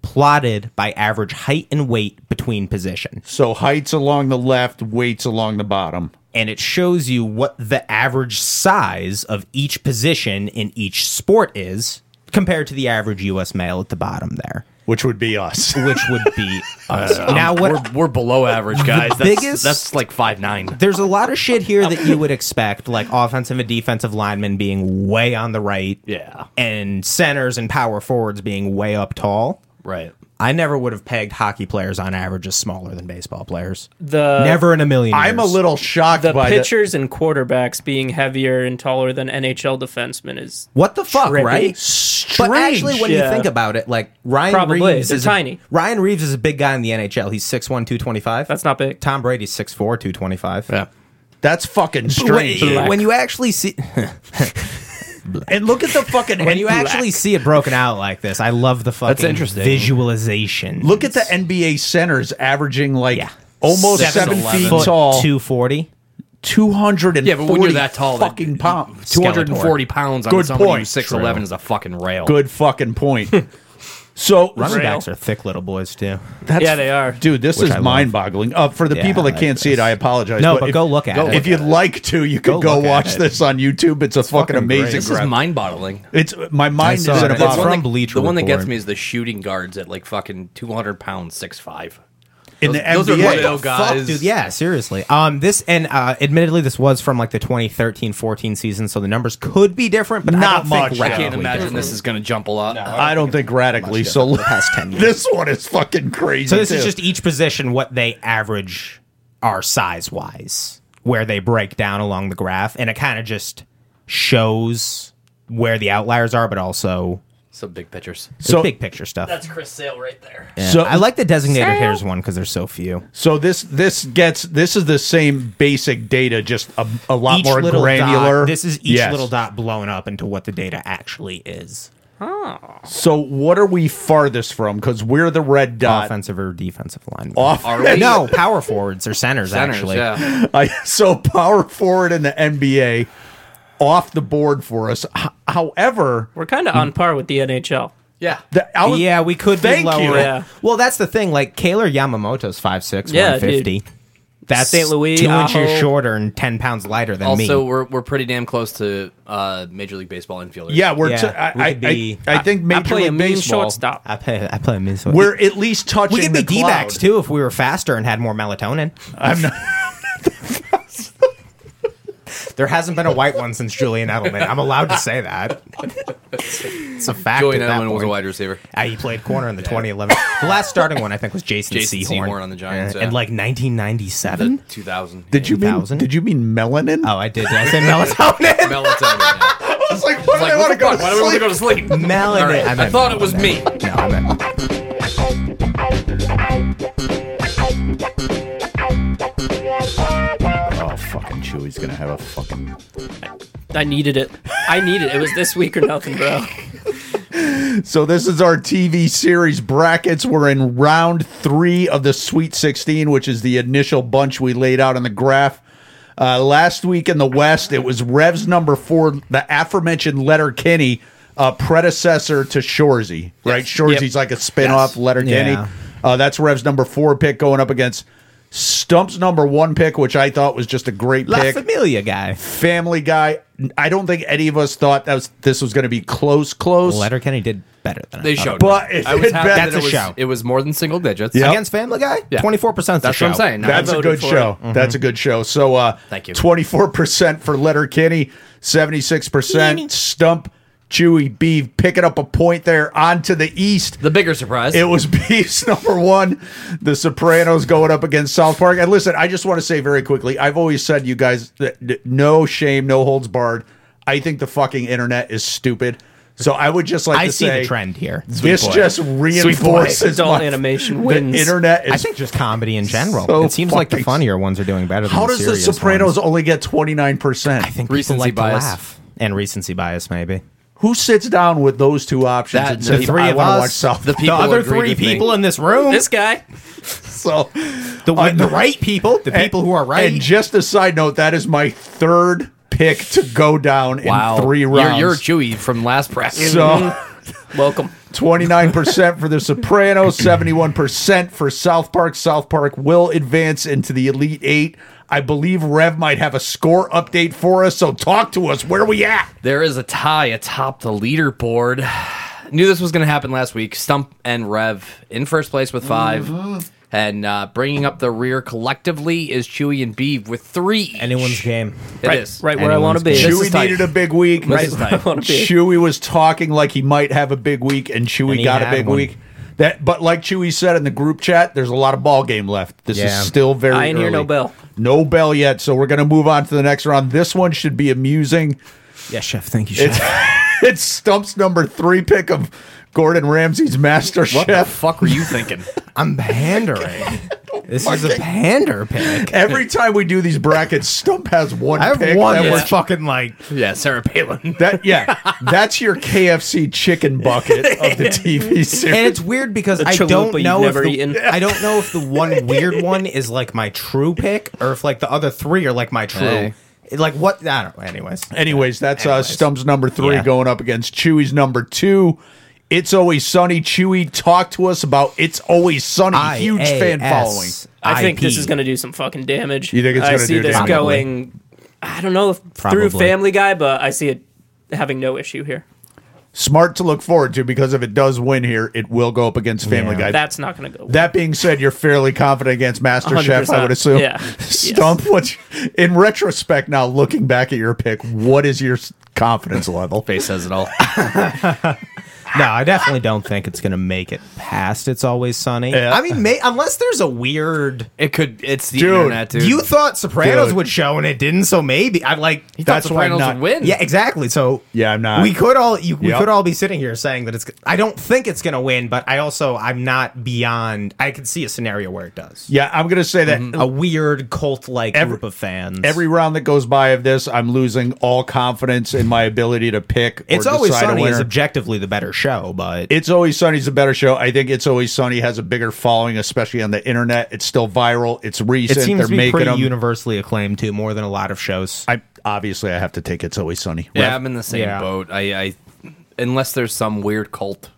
S3: plotted by average height and weight between position.
S2: So heights along the left, weights along the bottom.
S3: And it shows you what the average size of each position in each sport is compared to the average U.S. male at the bottom there,
S2: which would be us.
S3: which would be us. now, what
S1: um, We're, we're below average, guys. that's,
S3: biggest-
S1: that's like five nine.
S3: there's a lot of shit here that you would expect, like offensive and defensive linemen being way on the right,
S1: Yeah.
S3: and centers and power forwards being way up tall.
S1: Right.
S3: I never would have pegged hockey players on average as smaller than baseball players.
S4: The
S3: never in a million.
S2: I'm a
S3: years.
S2: little shocked
S4: the
S2: by the-
S4: pitchers and quarterbacks being heavier and taller than NHL defensemen is
S3: What the fuck,
S4: Trippy.
S3: right? But actually, when you
S4: yeah.
S3: think about it, like Ryan
S4: Probably.
S3: Reeves
S4: They're
S3: is
S4: tiny.
S3: A, Ryan Reeves is a big guy in the NHL. He's 6'1", 225.
S4: that's not big.
S3: Tom Brady's 6'4", 225.
S1: Yeah.
S2: That's fucking
S3: When,
S2: strange.
S4: Black.
S3: when you actually see
S2: and look at the fucking
S3: when you actually see it broken out like this, I love the fucking
S1: interesting.
S3: visualization.
S2: look at the E NBA centers averaging like
S3: Yeah.
S2: almost seven,
S1: 7'11".
S2: feet
S1: Foot
S2: tall,
S3: two forty.
S2: two hundred and
S1: Yeah, but when you're that tall, that-
S2: fucking pounds.
S1: 240 pounds on
S2: Good
S1: somebody
S2: point.
S1: who's 6'11 is a fucking rail.
S2: Good fucking point. so
S3: Running
S4: Rail.
S3: backs are thick little boys too.
S2: that's,
S4: Yeah, they are.
S2: dude. This
S3: Which I
S2: is
S3: love.
S2: mind-boggling. Uh, for the
S3: Yeah,
S2: people that
S3: I
S2: can't see it,
S3: guess.
S2: I apologize.
S3: No, but go look at it.
S2: If you'd like to, you could go,
S3: look at
S2: watch
S3: it.
S2: this on YouTube. It's a fucking,
S3: fucking great.
S2: amazing.
S1: This is
S2: graphic.
S1: mind-bottling.
S2: It's my mind is in
S3: saw it.
S2: a
S3: It's
S1: That's
S2: bottle.
S3: from
S1: one thing-
S3: Bleacher
S1: the one that gets
S3: Report.
S1: me is the shooting guards at like fucking 200 pounds, 6'5.
S2: in the
S1: Those- those are
S2: NBA.
S1: real guys.
S3: Fuck, dude. Yeah, seriously. Um, this and uh, admittedly, this was from like the 2013-14 season, so the numbers could be different, but
S2: Not
S3: I don't think
S2: much. I
S1: I
S3: radically
S1: can't imagine this is going to jump a lot.
S2: I don't think radically. So
S3: past 10 years.
S2: this one is fucking crazy.
S3: So this is
S2: too.
S3: just each position what they average are size wise, where they break down along the graph, and it kind of just shows where the outliers are, but also
S1: Some big pitchers.
S3: the
S2: So-
S3: big picture stuff.
S4: Chris Sale right there.
S3: Yeah.
S2: So-
S3: I like the designated hitters one because there's so few.
S2: So this this gets this is the same basic data, just a, a lot
S3: Each
S2: more
S3: little
S2: granular.
S3: Dot, this is each
S2: Yes.
S3: little dot blown up into what the data actually is.
S2: So what are we farthest from? Because we're the red dot.
S3: offensive or defensive line.
S2: Oh,
S1: Are we?
S3: no, power forwards or centers,
S1: Centers,
S3: actually.
S1: yeah.
S2: I, so power forward in the NBA off the board for us. H- however,
S4: We're kind of on par with the NHL.
S1: Yeah.
S2: the, I was-
S3: Yeah, we could
S2: Thank
S3: be lower.
S2: you.
S4: Yeah.
S3: Well, that's the thing. Like Kaylor Yamamoto's 5'6",
S4: Yeah,
S3: 150. That's
S4: St. Louis,
S3: two
S4: Aho.
S3: inches shorter and ten pounds lighter than
S1: Also,
S3: me.
S1: we're, we're pretty damn close to uh, Major League Baseball infielders.
S2: yeah, we're.
S3: Yeah,
S2: t- I,
S3: we
S2: I-
S3: could be-
S2: I, I think
S4: I
S2: Major
S4: play a
S2: League
S4: mean
S2: Baseball.
S4: shortstop.
S3: I play. I play me. So
S2: We're at least touching
S3: we could
S2: the
S3: be D backs
S2: cloud.
S3: too if we were faster and had more melatonin.
S2: I'm not.
S3: There hasn't been a white one since Julian Edelman. I'm allowed to say that. It's a fact.
S1: Joey
S3: at that
S1: Edelman was a
S3: point.
S1: wide receiver.
S3: Ah, he played corner in the 2011. The last starting one I think was Jason,
S1: Jason
S3: Sehorn.
S1: Sehorn on the Giants,
S3: Uh,
S1: yeah.
S3: in like 1997.
S1: 2000.
S2: Did you mean?
S3: 8,000?
S2: Did you mean melanin?
S3: Oh, I did. Did I say melatonin?
S1: Melatonin. yeah.
S2: I was like, why do
S1: Like,
S2: I
S1: what the
S2: want to go?
S1: fuck?
S2: To
S1: Why do we want to
S2: sleep?
S1: go to sleep?
S3: Melon.
S1: All right. I
S3: meant
S1: thought it was me.
S3: melatonin. No, I meant
S2: Oh, fucking Chewy's gonna have a fucking.
S4: I needed it. I needed it. It was this week or nothing, bro.
S2: So this is our TV series brackets. We're in round three of the Sweet 16, which is the initial bunch we laid out on the graph. Uh, last week in the West, it was Revs number four, the aforementioned Letter Kenny, uh, predecessor to Shorzy, right? Shorzy's like a spinoff, off Letter Kenny.
S3: Yeah.
S2: Uh, that's Revs number four pick going up against Stump's number one pick, which I thought was just a great
S3: La
S2: pick.
S3: Familia guy.
S2: Family Guy. I don't think any of us thought that was, this was going to be close, close.
S3: Letterkenny did better than
S1: They
S3: I thought.
S1: showed.
S2: But
S1: me.
S2: if
S1: I was
S2: it
S1: happy
S2: bet-
S1: that
S3: That's
S1: it
S3: a
S1: was,
S3: show.
S1: It was more than single digits.
S2: Yep.
S3: against Family Guy.
S1: Yeah.
S3: Twenty four percent.
S1: That's what I'm saying.
S2: That's
S4: I
S2: a
S4: voted
S2: good
S4: for
S2: show.
S3: Mm-hmm.
S2: That's a good show. So, uh,
S1: Thank you.
S2: Twenty four percent for Letter Kenny, seventy six percent Stump Chewy Beef picking up a point there. On to the East.
S1: The bigger surprise.
S2: It was Beef's number one. The Sopranos going up against South Park. And listen, I just want to say very quickly. I've always said, you guys, that that no shame, no holds barred. I think the fucking internet is stupid. So I would just like
S3: I
S2: to
S3: see
S2: say
S3: the trend here.
S2: This just reinforces
S4: Adult
S2: my-
S4: animation
S2: the
S4: wins.
S2: internet. Is
S3: I think just comedy in general.
S2: So
S3: it seems like the
S2: fucking-
S3: funnier ones are doing better. Than
S2: How does the
S3: serious
S2: Sopranos
S3: Ones.
S2: only get 29%?
S3: I think
S1: Recency
S3: people like
S1: bias.
S3: to laugh and recency bias, maybe.
S2: Who sits down with those two options
S1: That-
S2: and
S1: the
S2: says,
S1: three
S2: I
S1: of
S2: want to
S1: us,
S2: watch South
S1: the
S2: Park?
S1: pe- People
S3: the other
S1: agree
S3: three
S1: with me.
S3: people in this room,
S4: This guy.
S2: So,
S3: the, one- the right people, the people who are right.
S2: And just a side note, that is my third pick to go down
S1: wow.
S2: in three
S1: You're-
S2: rounds.
S1: You're, Chewy from last practice.
S2: so
S4: Welcome.
S2: 29% for The Sopranos, 71% for South Park. South Park will advance into the Elite Eight. I believe Rev might have a score update for us, so talk to us. Where we at?
S1: There is a tie atop the leaderboard. Knew this was going to happen last week. Stump and Rev in first place with 5 And uh, bringing up the rear collectively is Chewy and Beeve with three. each.
S3: Anyone's game.
S1: It
S4: right,
S1: is.
S4: right where I want to be.
S1: This is
S2: Chewy
S1: tight.
S2: needed a big week.
S1: This is tight.
S4: I want to be.
S2: Chewy was talking like he might have a big week, and Chewy
S3: And he
S2: got a
S3: had
S2: big
S3: one.
S2: week. That, but like Chewy said in the group chat, there's a lot of ball game left. This
S3: Yeah.
S2: is still very.
S4: I ain't hear
S2: early.
S4: no bell.
S2: No bell yet. So we're gonna move on to the next round. This one should be amusing.
S3: Yeah, chef. Thank you, chef.
S2: It's Stump's number three pick of Gordon Ramsay's Master
S1: What the
S2: Chef.
S1: fuck were you thinking?
S3: I'm pandering. this is a pander pick.
S2: Every time we do these brackets, Stump has one
S3: I
S2: pick
S3: have one
S2: that
S3: that's
S2: we're
S3: fucking like
S1: yeah, Sarah Palin.
S2: That yeah, that's your KFC chicken bucket of the TV
S3: and
S2: series.
S3: it's weird because
S4: The
S3: I
S4: chalupa
S3: don't
S4: you've
S3: know if
S4: never
S3: the,
S4: eaten.
S3: I don't know if the one weird one is like my true pick or if like the other three are like my true.
S1: Hey.
S3: Like what? I don't. know. Anyways,
S2: Anyways, that's uh,
S3: Anyways.
S2: Stump's number three
S3: Yeah.
S2: going up against Chewy's number two. It's always sunny. Chewy, talk to us about it's always sunny. Huge fan following.
S4: I think this is going
S3: to.
S4: to do some fucking damage.
S2: You think it's
S4: I
S2: gonna
S4: see
S2: do
S4: this
S2: damage?
S4: going. I don't know if
S3: Probably.
S4: through Family Guy, but I see it having no issue here.
S2: Smart to look forward to because if it does win here, it will go up against Family
S3: Yeah.
S2: Guy.
S4: That's not going to go. well.
S2: that being said, you're fairly confident against Master Chef, I
S4: 100%.
S2: would assume.
S4: Yeah.
S2: Stump, what in retrospect now, looking back at your pick, what is your s- confidence level?
S1: Face says it all.
S3: No, I definitely don't think it's going to make it past. It's always sunny.
S2: Yeah.
S3: I mean, may, unless there's a weird.
S1: It could. It's the
S2: Dude,
S1: internet, dude.
S3: You thought Sopranos
S2: Dude.
S3: would show and it didn't, so maybe I like.
S1: that's
S2: That's why
S1: why Reynolds
S2: not-
S1: would win.
S3: Yeah, exactly. So
S2: Yeah, I'm not.
S3: We could all you, we
S2: Yep.
S3: could all be sitting here saying that it's. I don't think it's going to win, but I also I'm not beyond. I could see a scenario where it does.
S2: Yeah, I'm gonna say that
S3: A weird cult like
S2: Every-
S3: group of fans.
S2: every round that goes by of this, I'm losing all confidence in my ability to pick. Or
S3: it's always
S2: decide a
S3: sunny is
S2: winner.
S3: objectively the better show, but
S2: it's always sunny's a better show. I think it's always sunny has a bigger following, especially on the internet. It's still viral. It's
S3: it
S2: recent.
S3: seems
S2: They're
S3: to be
S2: making
S3: pretty
S2: them.
S3: universally acclaimed too, more than a lot of shows.
S2: I obviously I have to take it's always sunny.
S1: yeah,
S2: Ref-
S1: I'm in the same
S3: Yeah.
S1: boat. I, I, unless there's some weird cult,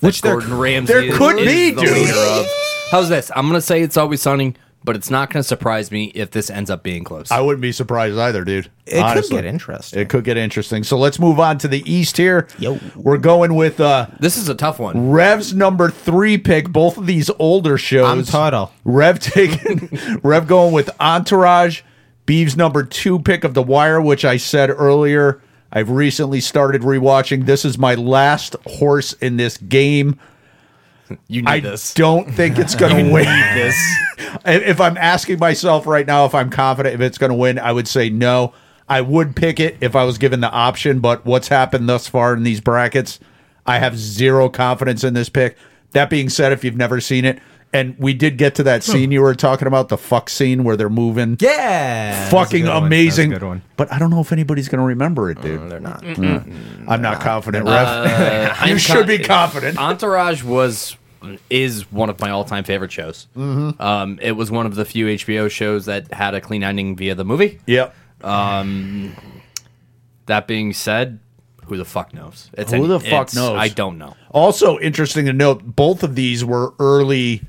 S3: Which
S1: that
S3: there
S1: Gordon Ramsay
S2: there
S1: is-
S2: could
S1: is
S2: be,
S1: the
S2: dude.
S1: leader of. How's this? I'm gonna say it's always sunny, but it's not gonna surprise me if this ends up being close.
S2: I wouldn't be surprised either, dude.
S3: It could
S2: Honestly.
S3: get interesting.
S2: It could get interesting. So let's move on to the East here.
S3: Yo.
S2: We're going with uh
S1: this is a tough one.
S2: Rev's number three pick, both of these older shows.
S3: I'm Tuttle.
S2: Rev taking Rev going with Entourage. Beeves number two pick of The Wire, which I said earlier. I've recently started rewatching. This is my last horse in this game.
S1: You need
S2: I
S1: this.
S2: don't think it's going to win. This. if I'm asking myself right now if I'm confident if it's going to win, I would say no. I would pick it if I was given the option, but what's happened thus far in these brackets, I have zero confidence in this pick. That being said, if you've never seen it, and we did get to that scene you were talking about, the fuck scene where they're moving.
S3: Yeah, that's a
S2: Fucking
S3: good one. That's a
S2: amazing. Mm.
S3: good one. Uh,
S2: But I don't know if anybody's going to remember it, dude. they're not. I'm not confident, Ref.
S1: I'm
S2: you should be
S1: con-
S2: confident.
S1: Entourage was is one of my all time favorite shows. Mm-hmm. Um, it was one of the few HBO shows that had a clean ending via the movie.
S2: Yep.
S1: That being said, who the fuck knows? It's
S2: Who the fuck
S1: it's-
S2: knows?
S1: I don't know.
S2: Also interesting to note, both of these were early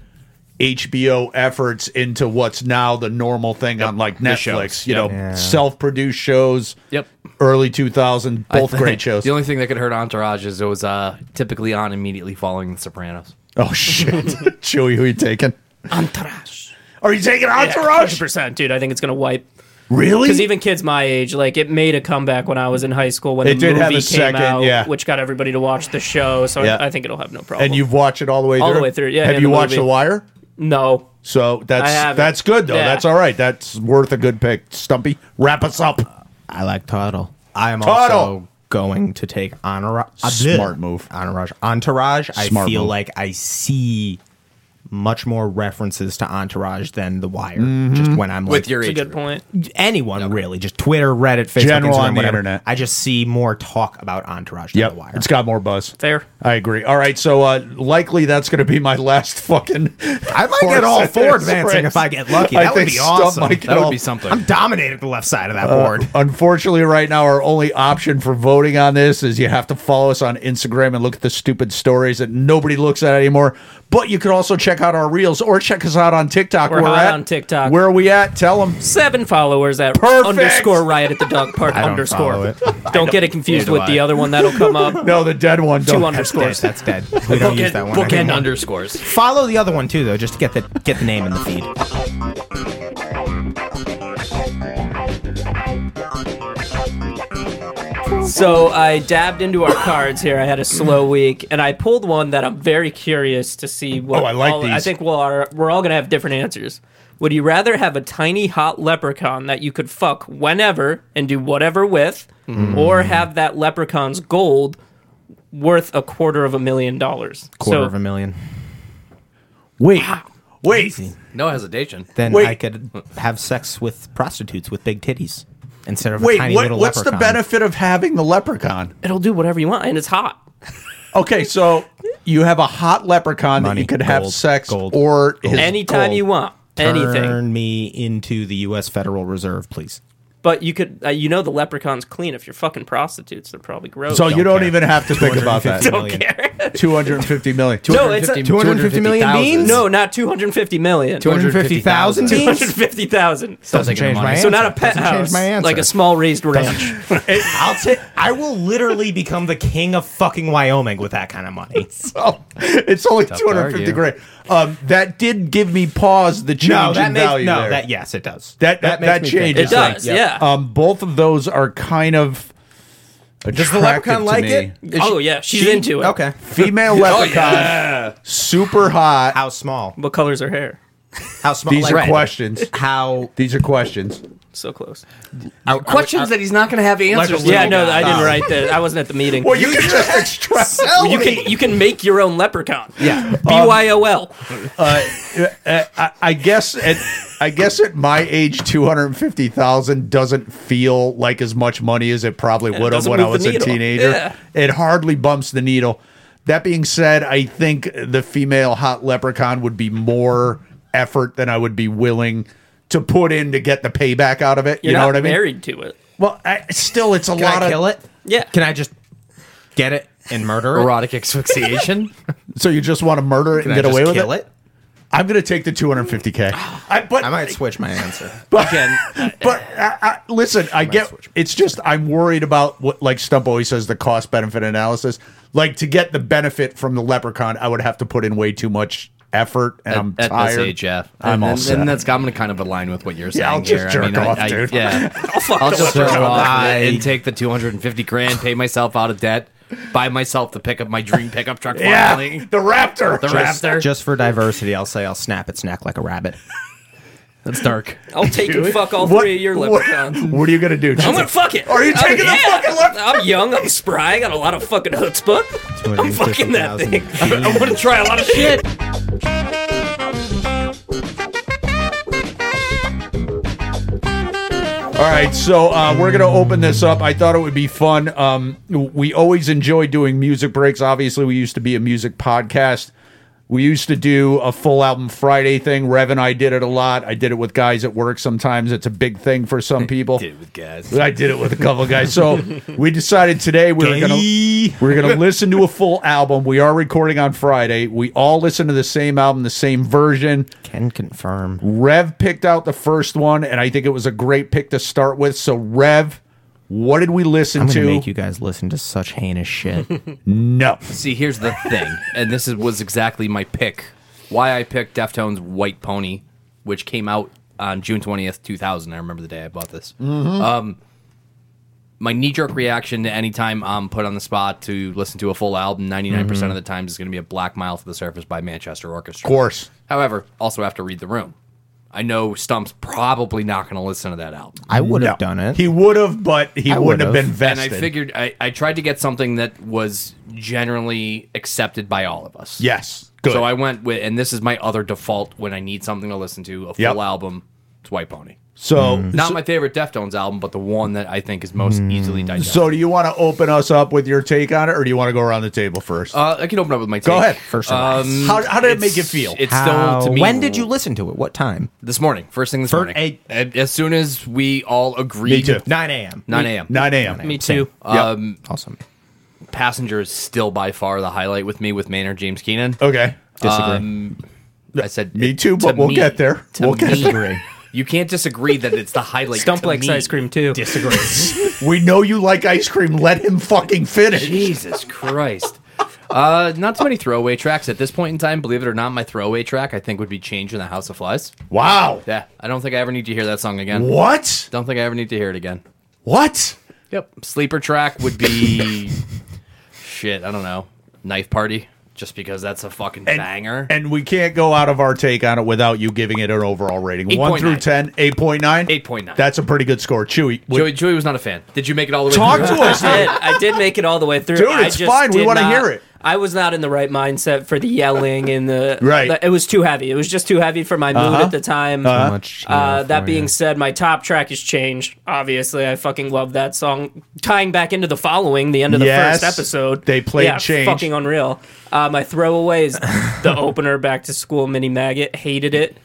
S2: HBO efforts into what's now the normal thing on like
S1: The shows.
S2: Netflix. You know,
S1: Yep.
S3: Yeah.
S2: self-produced shows.
S1: Yep.
S2: Early 2000,
S1: I
S2: both
S1: think
S2: great shows.
S1: The only thing that could hurt Entourage is it was uh, typically on immediately following The Sopranos.
S2: oh shit, Chewy, who you taking?
S4: Entourage.
S2: Are you taking Entourage?
S4: percent, dude. I think it's going to wipe.
S2: Really?
S4: Because even kids my age, like it made a comeback when I was in high school when
S2: It
S4: the
S2: did
S4: movie
S2: have a
S4: came
S2: second,
S4: out,
S2: yeah.
S4: which got everybody to watch the show. So I-
S2: Yeah.
S4: I, think it'll have no problem.
S2: and you've watched it all the way
S4: All the
S2: through?
S4: way through, yeah,
S2: Have
S4: and
S2: you
S4: the
S2: watched
S4: movie.
S2: The Wire?
S4: no,
S2: So
S4: I
S2: that's
S4: haven't.
S2: that's good though.
S4: Yeah.
S2: That's all right. That's worth a good pick. Stumpy, wrap us up.
S3: I like Tuttle. I am
S2: Tuttle.
S3: also going to take Entourage.
S2: Smart move.
S3: Entourage. Entourage.
S2: Smart
S3: I feel
S2: move.
S3: like I see much more references to Entourage than The Wire. Just when I'm like
S1: With your
S4: it's a
S1: age.
S4: good point.
S3: anyone really, just Twitter, Reddit, Facebook,
S2: General
S3: Instagram,
S2: on the
S3: whatever.
S2: internet.
S3: I just see more talk about Entourage than
S2: Yep,
S3: The Wire.
S2: it's got more buzz.
S4: Fair.
S2: I agree. All right, so uh, likely that's going to be my last fucking.
S3: I might get all four advancing if I get lucky. That would be Oh. awesome.
S1: That would be something.
S3: I'm dominating the left side of that board.
S2: Unfortunately, right now our only option for voting on this is you have to follow us on Instagram and look at the stupid stories that nobody looks at anymore. But you can also check out our reels or check us out on TikTok.
S4: We're hot
S2: at,
S4: on TikTok.
S2: Where are we at? Tell them.
S4: Seven followers at
S2: Perfect.
S4: underscore riot at the dog park
S3: don't
S4: underscore.
S3: follow it.
S4: Don't get it confused
S1: Neither
S4: with
S1: do
S4: the
S1: I.
S4: other one that'll come up.
S2: No, the dead one.
S4: Two
S2: Don't.
S3: Dead,
S4: underscores.
S3: that's dead. We don't use that one.
S1: Bookend
S3: anymore.
S1: underscores.
S3: Follow the other one too, though, just to get the get the name in the feed.
S4: So I dabbed into our cards here. I had a slow week, and I pulled one that I'm very curious to see. What
S2: Oh, I like
S4: all- I
S2: these.
S4: think we'll are, we're all gonna have different answers. Would you rather have a tiny hot leprechaun that you could fuck whenever and do whatever with,
S3: Mm.
S4: or have that leprechaun's gold worth a quarter of a million dollars?
S3: quarter
S4: so,
S3: of a million.
S2: Wait, wait.
S1: No hesitation.
S3: Then
S2: Wait.
S3: I could have sex with prostitutes with big titties instead of a
S2: Wait,
S3: tiny
S2: what,
S3: little
S2: what's
S3: leprechaun.
S2: the benefit of having the leprechaun?
S4: it'll do whatever you want, and it's hot.
S2: Okay, so you have a hot leprechaun
S3: Money,
S2: that you could have
S3: gold,
S2: sex
S3: gold,
S2: or his
S4: Anytime
S2: gold.
S4: you want, anything.
S3: Turn me into the U.S. Federal Reserve, please.
S4: But you could, uh, you know, the leprechaun's clean. If you're fucking prostitutes, they're probably gross.
S2: So you
S3: Don't
S2: don't
S3: care.
S2: even have to think about that.
S4: don't care.
S2: 250 million.
S4: No, it's a-
S3: 250 million beans?
S4: No, not 250 million.
S1: 250,000
S4: 250,000. So
S3: Doesn't change my answer.
S4: not a penthouse.
S3: Doesn't change my answer.
S4: Like a small raised ranch.
S3: I'll t- I will literally become the king of fucking Wyoming with that kind of money.
S2: Oh, it's only 250
S1: argue.
S2: grand. Um, that did give me pause the change
S3: no, that
S2: in
S3: makes
S2: value
S3: no.
S2: there.
S3: That yes, it does.
S2: that that, that,
S3: makes me think.
S2: changes.
S4: It does,
S2: things.
S4: yeah.
S2: Um, both of those are kind of.
S3: Does the
S2: attractive
S3: leprechaun
S2: to
S3: like
S2: me.
S3: it? Is
S4: oh,
S3: she-
S4: yeah. She's into it.
S3: Okay.
S2: Female leprechaun, super hot.
S3: How small?
S4: What color's her hair?
S3: How small?
S2: These
S3: like,
S2: are questions.
S3: How?
S2: These are questions.
S4: So close.
S1: Questions that he's not going to have answers
S4: Yeah, no,
S1: that
S4: I didn't write that. I wasn't at the meeting.
S2: Well, you can just extract.
S4: you can you can make your own leprechaun.
S2: Yeah. Um,
S4: BYOL.
S2: uh, uh, I, I guess at I guess at my age, two hundred fifty thousand doesn't feel like as much money as it probably would have
S4: doesn't
S2: when I
S4: move the
S2: was a
S4: needle.
S2: teenager.
S4: Yeah.
S2: It hardly bumps the needle. That being said, I think the female hot leprechaun would be more effort than I would be willing to put in to get the payback out of it.
S4: You're
S2: you know
S4: not
S2: what I mean?
S4: married to it.
S2: Well, I, still, it's a
S3: Can
S2: lot
S3: I kill
S2: of.
S3: it?
S4: Yeah.
S3: Can I just get it and murder it?
S1: Uh, Erotic asphyxiation.
S2: So you just want to murder it and
S3: Can I
S2: get
S3: just
S2: away with
S3: kill it?
S2: I'm going to take the 250k. I, but
S3: I might switch my answer.
S2: But, but I, I, listen, I get
S3: switch.
S2: it's just I'm worried about what like Stump always says the cost benefit analysis. Like to get the benefit from the leprechaun, I would have to put in way too much effort, and I'm
S1: at
S2: tired.
S1: this age, yeah.
S2: I'm
S1: and,
S2: all
S1: and,
S2: set.
S1: and that's I'm gonna kind of align with what you're saying
S2: I'll
S1: here.
S2: just jerk off, dude.
S1: yeah,
S4: fuck
S1: I'll
S4: the
S1: just jerk
S3: leprechaun.
S1: off and-
S3: I-
S1: and take the 250 grand, pay myself out of debt, buy myself the pickup, my dream pickup truck.
S2: yeah,
S1: Finally,
S2: the raptor.
S1: the Raptor.
S3: Just for diversity, I'll say I'll snap its neck like a rabbit.
S1: That's dark.
S4: I'll take and fuck all
S2: What-
S4: three of your
S2: what-
S4: leprechauns.
S2: What are you gonna do?
S4: I'm gonna fuck it.
S2: Are you
S4: I'm-
S2: taking the fucking left-
S4: I'm young. I'm spry. I got a lot of fucking chutzpah. I'm fucking that thing.
S3: 250,000
S4: I want to try a lot of shit.
S2: All right, so uh, we're going to open this up. I thought it would be fun. Um, we always enjoy doing music breaks. Obviously, we used to be a music podcast. We used to do a full album Friday thing. Rev and I did it a lot. I did it with guys at work sometimes. It's a big thing for some people.
S1: Dude, with guys.
S2: I did it with a couple guys. So we decided today we were going to we are going to listen to a full album. We are recording on Friday. We all listen to the same album, the same version.
S3: Can confirm.
S2: Rev picked out the first one, and I think it was a great pick to start with. So, Rev, what did we listen
S3: I'm gonna
S2: to?
S3: make you guys listen to such heinous shit.
S2: no.
S1: See, here's the thing, and this is, was exactly my pick. Why I picked Deftones' White Pony, which came out on June 20th, 2000. I remember the day I bought this. Um, my knee jerk reaction to any time I'm put on the spot to listen to a full album, 99% percent of the times, is going to be a Black Mile to the Surface by Manchester Orchestra.
S2: Of course.
S1: However, also have to read the room. I know Stump's probably not going to listen to that album.
S3: I would
S2: No.
S3: have done it.
S2: He would have, but he
S3: I
S2: wouldn't have
S3: would've.
S2: been
S1: And
S2: vested.
S1: I figured I, I tried to get something that was generally accepted by all of us.
S2: yes. Good.
S1: So I went with, and this is my other default when I need something to listen to a full
S2: Yep.
S1: album. It's White Pony.
S2: so,
S3: Mm-hmm.
S2: Hmm.
S1: Not my favorite Deftones album, but the one that I think is most easily digested.
S2: so do you want to open us up with your take on it, or do you want to go around the table first?
S1: uh, I can open up with my take. Uh,
S2: go ahead.
S3: First and last.
S2: how, how did it make you feel?
S1: It's
S3: How-
S1: still to me.
S3: when did you listen to it? What time?
S1: This morning, first thing this
S3: Fir-
S1: morning.
S3: eh,
S1: And as soon as we all agreed.
S2: Me too.
S3: 9 a.m.
S1: 9 a.m.
S2: 9 a.m.
S4: Me too.
S2: Um,
S3: Awesome.
S1: Passenger is still by far the highlight with me with Maynard James Keenan.
S2: Okay. Uh,
S3: Disagree.
S1: I said
S2: Oh, Me too,
S1: to
S2: but we'll
S1: me-
S2: get there.
S1: to
S2: We'll get
S1: me.
S3: Disagree.
S1: You can't disagree that it's the highlight.
S4: Stump
S1: to
S4: likes
S1: me.
S4: ice cream too.
S3: Disagree.
S2: We know you like ice cream. Let him fucking finish.
S1: Jesus Christ. Uh, not too many throwaway tracks at this point in time. Believe it or not, my throwaway track I think would be "Change in the House of Flies."
S2: Wow.
S1: Yeah, I don't think I ever need to hear that song again.
S2: What?
S1: Don't think I ever need to hear it again.
S2: What?
S1: Yep. Sleeper track would be shit. I don't know. Knife Party, just because that's a fucking banger.
S2: And we can't go out of our take on it without you giving it an overall rating. 1 through 10, 8.9?
S1: 8.9.
S2: That's a pretty good score. Chewy, what-
S1: Joey, Joey was not a fan. Did you make it all the way?
S2: talk
S1: through?
S2: to us.
S4: I did. I did make it all the way through.
S2: Dude,
S4: I
S2: it's fine. We
S4: did
S2: wanna
S4: not-
S2: hear it.
S4: I was not in the right mindset for the yelling and the
S2: Right. Uh-huh.
S4: the- it was too heavy. It was just too heavy for my mood at the time.
S3: How much, you know,
S4: Uh, that
S3: for
S4: being
S3: you.
S4: said, my top track has changed. Obviously, I fucking love that song. Tying back into the following, the end of the
S2: Yes,
S4: first episode,
S2: they played
S4: yeah,
S2: Change.
S4: Fucking unreal. Uh, my throwaway is the opener, Back to School, Mini Maggot. Hated it.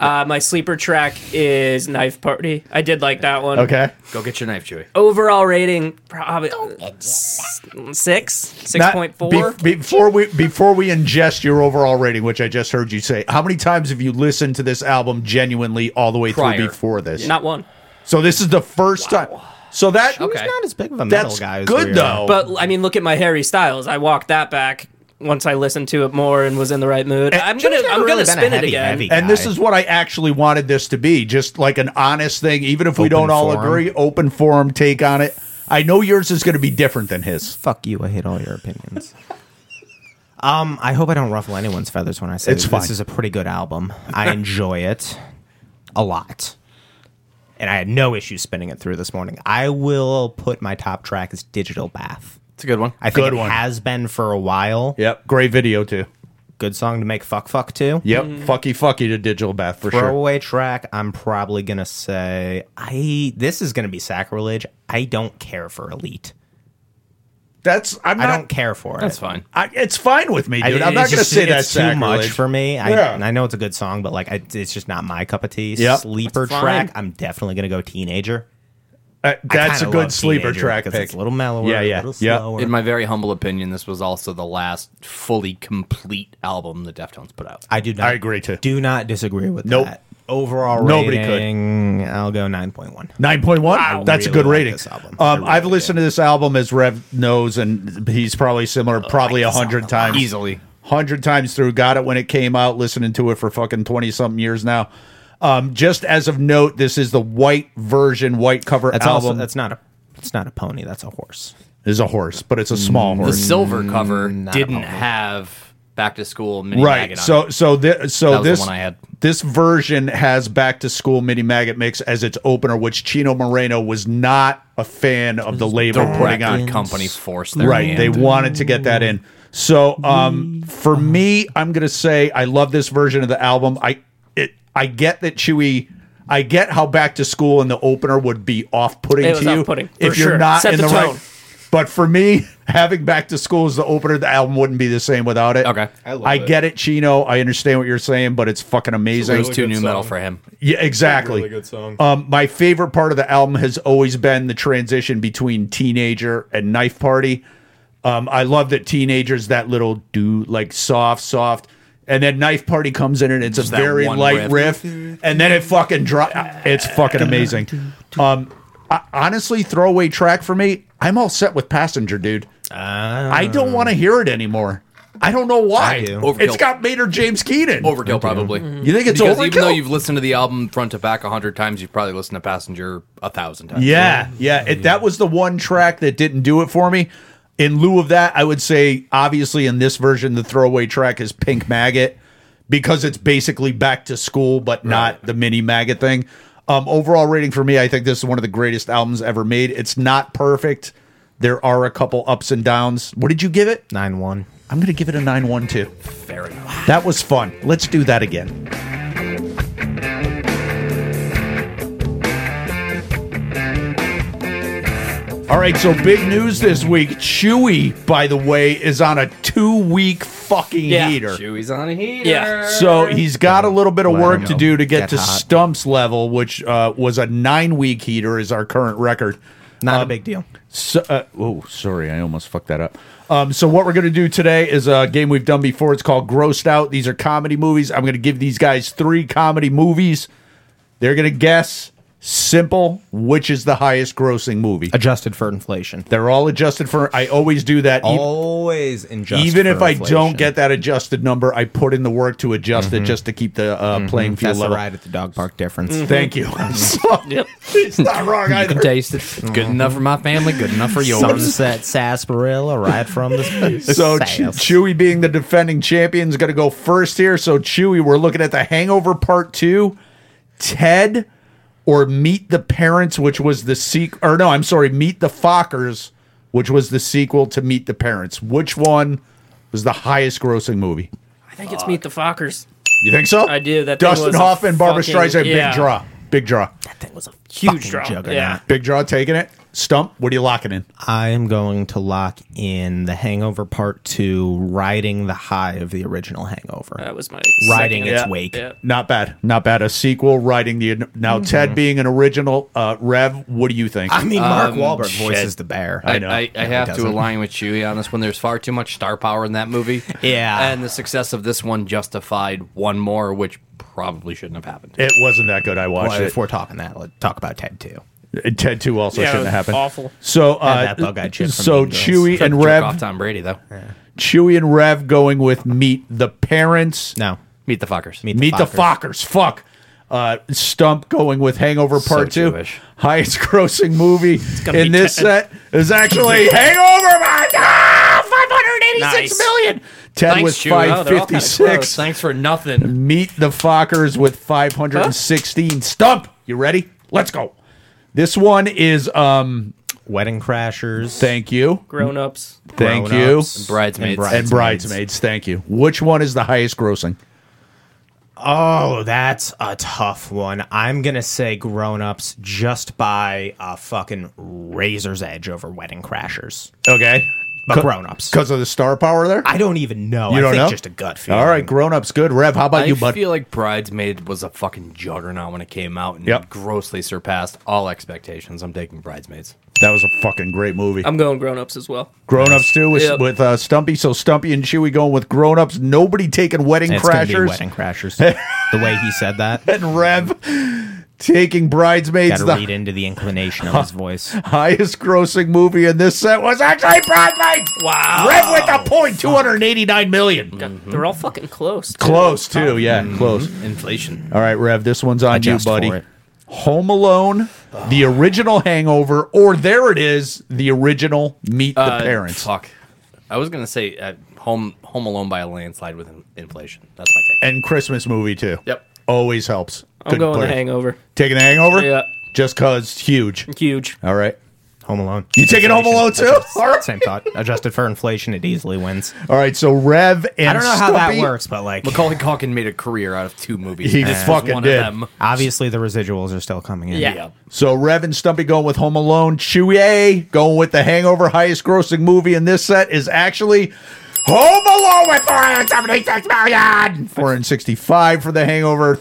S4: Uh, my sleeper track is Knife Party. I did like that one.
S2: Okay.
S1: Go get your knife, Joey.
S4: Overall rating probably s- six, six
S2: Not-
S4: point four.
S2: be- before we before we ingest your overall rating, which I just heard you say, how many times have you listened to this album genuinely all the way
S1: Prior.
S2: through before this?
S4: Not one.
S2: so this is the first time. So that
S1: Okay.
S3: He's not as big of a metal
S2: that's
S3: guy. as we
S2: good
S3: are.
S2: though.
S4: But I mean, look at my Harry Styles. I walked that back once I listened to it more and was in the right mood. I'm gonna,
S3: never
S4: I'm
S3: Eh, really
S4: gonna
S3: been a
S4: spin
S3: heavy,
S4: it again.
S3: heavy
S2: and this
S3: guy.
S2: is what I actually wanted this to be, just like an honest thing, even if we
S3: Open
S2: don't all
S3: forum.
S2: agree, open forum take on it. I know yours is going to be different than his.
S3: Fuck you. I hate all your opinions. um, I hope I don't ruffle anyone's feathers when I say
S2: It's
S3: that
S2: fine.
S3: this is a pretty good album. I enjoy it a lot. And I had no issue spinning it through this morning. I will put my top track as Digital Bath.
S1: It's a good one.
S3: I think
S2: Good
S3: it
S2: one.
S3: has been for a while.
S2: Yep, great video too.
S3: Good song to make fuck fuck to.
S2: Yep, fucky fucky to digital bath for sure.
S3: Throwaway track, I'm probably gonna say I this is gonna be sacrilege. I don't care for Elite.
S2: That's I'm
S3: I
S2: not.
S3: don't care for it.
S1: That's fine.
S2: I, it's fine with me,
S3: I-
S2: dude. I, am
S3: it's
S2: not going to
S3: just-
S2: say that's
S3: it's too much
S2: sacrilege.
S3: for me. I,
S2: Yeah.
S3: and I know it's a good song, but like I, it's just not my cup of tea.
S2: Yep.
S3: Sleeper
S4: That's fine.
S3: track. I'm definitely gonna go teenager.
S2: Uh,
S3: I
S2: that's a
S3: kinda
S2: good
S3: love
S2: sleeper
S3: Teenager
S2: track
S3: 'cause
S2: pick.
S3: It's a little mellower.
S2: Yeah, yeah,
S3: A little
S2: yeah.
S3: slower.
S1: In my very humble opinion, this was also the last fully complete album the Deftones put out.
S3: I do not.
S2: I agree, too.
S3: Do not disagree with
S2: Nope.
S3: that. Overall
S2: Nobody could.
S3: rating, I'll go nine point one.
S2: Nine point one.
S3: Wow.
S2: That's
S3: Really
S2: a good
S3: like
S2: rating.
S3: this album. I
S2: Um,
S3: really
S2: I've
S3: do.
S2: listened to this album as Rev knows, and he's probably similar, probably a
S3: Oh, this
S2: hundred
S3: album a lot.
S2: times,
S1: Easily.
S2: hundred times through. Got it when it came out. Listening to it for fucking twenty something years now. Um, just as of note, this is the white version, white cover
S3: That's
S2: album.
S3: also that's not a that's not a pony. That's a horse.
S2: is a horse, but it's a
S3: Mm,
S2: small
S1: The
S2: horse.
S1: silver cover
S3: not a
S1: didn't
S3: problem.
S1: have Back to School mini
S2: Right.
S1: maggot on
S2: So so thi-
S1: That
S2: so
S1: was the
S2: this
S1: one I had.
S2: this version has back to school mini maggot mix as its opener, which Chino Moreno was not a fan of the
S1: it.
S2: label
S1: the
S2: putting on.
S1: record company forced their
S2: right
S1: hand.
S2: they wanted to get that in so um
S4: Uh-huh.
S2: for me i'm gonna say i love this version of the album i it i get that chewy I get how back to school in the opener would be off putting
S4: It
S2: to
S4: was
S2: you
S4: off-putting, for
S2: if you're
S4: sure.
S2: not
S4: Set
S2: in
S4: the
S2: the,
S4: tone.
S2: right. But for me, having back to school as the opener, the album wouldn't be the same without it.
S1: Okay. I
S2: I,
S3: love it.
S2: get it, Chino. I understand what you're saying, but it's fucking amazing.
S1: it was too
S5: good
S1: new metal
S5: song.
S1: for him.
S2: Yeah, exactly.
S5: Really good song.
S2: Um, my favorite part of the album has always been the transition between teenager and knife party. Um, I love that teenagers that little do like soft, soft, and then knife party comes in and it's a
S1: that
S2: very
S1: one
S2: light
S1: riff.
S2: riff. and then it fucking dry. It's fucking amazing. Um, I, honestly, throwaway track for me. I'm all set with passenger, dude. I
S1: Uh.
S2: don't want to hear it anymore. I don't know why.
S3: I do.
S2: It's
S1: Overkill.
S2: got Maynard James Keenan.
S1: Overkill, probably.
S2: You think it's
S1: Because
S2: overkill?
S1: even though you've listened to the album front to back a hundred times, you've probably listened to Passenger a thousand times.
S2: Yeah, yeah. It, that was the one track that didn't do it for me. In lieu of that, I would say obviously in this version the throwaway track is Pink Maggot because it's basically back to school, but not the mini maggot thing. Um, overall rating for me, I think this is one of the greatest albums ever made. It's not perfect. There are a couple ups and downs. What did you give it?
S3: Nine one.
S2: I'm going to give it a 912.
S1: Fair enough.
S2: That was fun. Let's do that again. All right, so big news this week. Chewy, by the way, is on a two week fucking
S4: Yeah.
S2: heater.
S1: Chewy's on a heater.
S4: Yeah.
S2: So he's got a little bit of
S3: Let
S2: work
S3: him
S2: to
S3: go.
S2: do to get,
S3: Get
S2: to
S3: hot.
S2: Stumps level, which uh, was a nine week heater, is our current record.
S3: Not
S2: um,
S3: a big deal.
S2: So, uh, oh, sorry, I almost fucked that up. Um, so what we're gonna do today is a game we've done before. It's called Grossed Out. These are comedy movies. I'm gonna give these guys three comedy movies. They're gonna guess, Simple, which is the highest grossing movie?
S3: adjusted for inflation.
S2: They're all adjusted for. I always do that. E-
S3: Always adjust.
S2: even
S3: for
S2: if I don't
S3: inflation. Mm-hmm.
S2: get that adjusted number, I put in the work to adjust it just to keep the uh, playing field
S3: that's the
S2: level.
S3: ride at the dog park difference.
S2: Thank you. So,
S4: Yep.
S2: It's not wrong either.
S1: Taste it.
S2: Mm.
S1: Good enough for my family. Good enough for yours.
S3: Sunset sarsaparilla right from the
S2: So Ch-
S3: south.
S2: Chewy, being the defending champion, is going to go first here. So Chewy, we're looking at the Hangover Part Two, Ted, or Meet the Parents, which was the sequel. Or no, I'm sorry, Meet the Fockers, which was the sequel to Meet the Parents. Which one was the highest grossing movie?
S4: I think it's Meet the Fockers.
S2: You think so?
S4: I do. That thing
S2: Dustin
S4: was a
S2: Hoffman, Barbara
S4: fucking-
S2: Streisand,
S4: yeah.
S2: big draw, big draw,
S4: Huge drop.
S3: juggernaut.
S4: Yeah.
S2: big draw. Taking it. Stump. What are you locking in?
S3: I am going to lock in the Hangover Part Two, riding the high of the original Hangover,
S4: That was my
S3: riding
S4: second.
S3: its
S2: yeah,
S3: wake.
S4: Yeah.
S2: Not bad, not bad. A sequel, writing the now
S4: Mm-hmm.
S2: Ted being an original. Uh, Rev, what do you think?
S3: I mean, Mark
S1: Um,
S3: Wahlberg
S1: shit.
S3: voices the bear.
S1: I,
S2: know.
S1: I, I
S3: Yeah,
S1: have
S3: it
S1: to
S3: doesn't.
S1: align with Chewy on this one. There's far too much star power in that movie.
S3: Yeah.
S1: And the success of this one justified one more, which probably shouldn't have happened.
S2: It wasn't that good. I watched
S3: Well, if we're talking that, let's talk about Ted too.
S2: it. Ted Two also
S4: Yeah, it
S2: shouldn't
S4: was
S2: have happened.
S4: awful.
S2: So uh,
S3: Had that bug-eyed chick from
S2: so
S3: Mean Girls.
S2: Chewy and
S1: Jerk
S2: Rev,
S1: off Tom Brady, though.
S2: Chewy and Rev going with meet the parents.
S3: No,
S1: Meet the fuckers.
S3: meet the
S2: meet the
S3: Fockers.
S2: Fockers. Fuck. Uh, Stump going with Hangover Part Two,
S1: Jewish.
S2: highest grossing movie
S4: gonna
S2: in
S4: be
S2: this set
S4: Ted.
S2: is actually Hangover by ah, five hundred eighty-six
S4: Nice.
S2: million. Ted
S1: Thanks,
S2: was
S1: Chewy. Oh, they're all
S2: five
S4: kinda
S2: fifty-six.
S1: Thanks for nothing.
S2: Meet the Fockers with 516. Stump, you ready? Let's go. This one is um
S3: Wedding Crashers.
S2: thank you.
S4: Grown ups.
S2: Thank you.
S3: Grown-Ups,
S1: And Bridesmaids.
S3: and
S2: And bridesmaids, thank you. Which one is the highest grossing?
S3: Oh, that's a tough one. I'm gonna say Grown Ups just by a fucking razor's edge over Wedding Crashers,
S2: Okay.
S3: but Grown Ups.
S2: Because of the star power there?
S3: I don't even know.
S2: You
S3: I
S2: don't
S3: think
S2: know?
S3: just a gut feeling.
S2: All right, grown ups good. Rev, how about
S1: I
S2: you, bud?
S1: feel like Bridesmaid was a fucking juggernaut when it came out and
S2: Yep.
S1: grossly surpassed all expectations. I'm taking Bridesmaids.
S2: that was a fucking great movie.
S4: I'm going grown ups as well.
S2: grown ups too with,
S4: Yep.
S2: with uh, Stumpy. So Stumpy and Chewy going with grown ups. Nobody taking wedding
S3: It's gonna be
S2: crashers.
S3: Wedding Crashers. the way he said that,
S2: And Rev taking bridesmaids.
S3: gotta
S2: the
S3: read into the inclination of his voice.
S2: highest grossing movie in this set was actually Bridesmaids.
S4: Wow.
S2: Rev with a point, 289
S3: Mm-hmm.
S2: million. Mm-hmm.
S4: God, They're all fucking close. too.
S2: Close, too. Yeah, close.
S1: Inflation.
S2: All right, Rev, this one's on
S3: Adjust
S2: you, buddy.
S3: for it.
S2: Home Alone, the original Hangover, or there it is, the original Meet the
S1: Uh,
S2: Parents.
S1: Fuck. I was gonna say uh, home home alone by a landslide with in- inflation. That's my take.
S2: And Christmas movie, too.
S1: Yep.
S2: Always helps.
S4: I'm going
S2: put
S4: the
S2: it.
S4: hangover.
S2: Taking the Hangover?
S4: Yeah.
S2: Just because huge.
S4: Huge.
S2: All right.
S3: Home Alone.
S2: You taking Home Alone, too?
S3: Adjust-
S2: All right.
S3: Same thought. Adjusted for inflation, it easily wins.
S2: All right, so Rev and
S3: I don't know how that
S2: Stumpy-
S3: works, but like,
S1: Macaulay Culkin made a career out of two movies.
S2: He
S1: This
S2: just
S1: was
S2: fucking
S1: one
S2: did.
S1: Of them.
S3: obviously the residuals are still coming in.
S4: Yeah.
S1: Yeah.
S2: So Rev and Stumpy going with Home Alone. Chewie going with the Hangover. Highest grossing movie in this set is actually Home Alone with 476 million. 465 for the Hangover.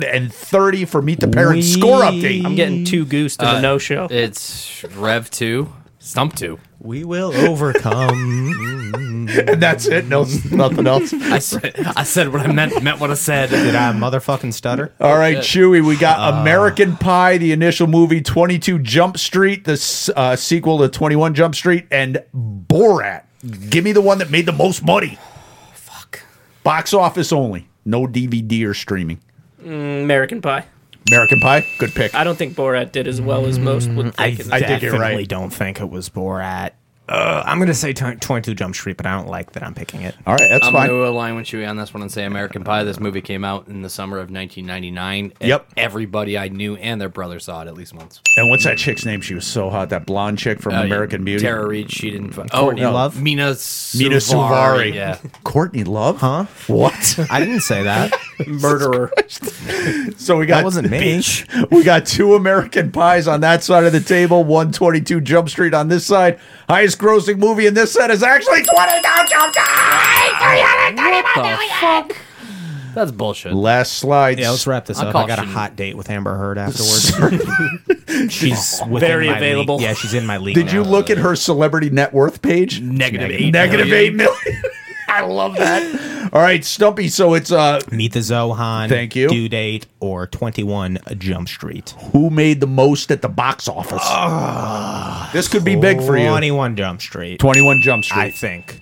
S2: 330 for Meet the Parents.
S3: We-
S2: Score update.
S4: I'm getting two goosed
S3: Uh,
S4: in a no show.
S1: It's Rev two, Stump two.
S3: We will overcome.
S2: and that's it. No, nothing else.
S1: I said, I said what I meant. Meant what I
S3: Did
S1: said.
S3: I motherfucking stutter?
S2: All right,
S1: shit.
S2: Chewy. We got
S1: Uh,
S2: American Pie, the initial movie, 22 Jump Street, the s- uh, sequel to 21 Jump Street, and Borat. Give me the one that made the most money.
S4: Fuck.
S2: Box office only. No DVD or streaming.
S4: American Pie.
S2: American Pie, good pick.
S4: I don't think Borat did as well as most would think. in
S2: I
S4: that.
S2: think you're
S3: definitely
S2: right.
S3: don't Mm, think it was Borat. Uh, I'm gonna say t- 22 Jump Street, but I don't like that I'm picking it.
S2: All right, that's
S1: I'm
S2: fine.
S1: going to align with Chewy on this one and say American Pie. This movie came out in the summer of 1999. and
S2: Yep.
S1: Everybody I knew and their brother saw it at least once.
S2: and what's that chick's name? She was so hot. That blonde chick from
S1: Uh,
S2: American Beauty. Oh,
S1: Tara Reid. She didn't. Courtney
S3: Courtney Love?
S1: Mina
S2: Mina Suvari.
S1: Yeah.
S2: Courtney Love?
S3: Huh?
S2: Uh-huh. What?
S3: I didn't say that.
S4: Murderer.
S2: so we got
S3: That wasn't me.
S2: we got two American Pies on that side of the table, 122 Jump Street on this side. Highest grossing movie in this set is actually 20 Down Jump Street.
S1: What the fuck? That's bullshit.
S2: Last slide.
S3: Yeah, let's wrap this
S1: I'll
S3: up.
S1: call
S3: I got a
S1: shit.
S3: hot date with Amber Heard afterwards. she's within
S4: Very
S3: my league.
S4: available.
S3: Yeah, she's in my league.
S2: Did
S3: now.
S2: you look at her celebrity net worth page?
S1: Negative
S3: Negative
S1: eight.
S2: Negative
S1: million.
S2: 8 million. I love that. All right, Stumpy. So it's uh,
S3: Meet the Zohan.
S2: Thank you.
S3: Due date or 21 Jump Street.
S2: who made the most at the box office?
S1: Ah,
S2: this could be big for you.
S3: 21 Jump Street.
S2: Twenty-one Jump Street.
S3: I think.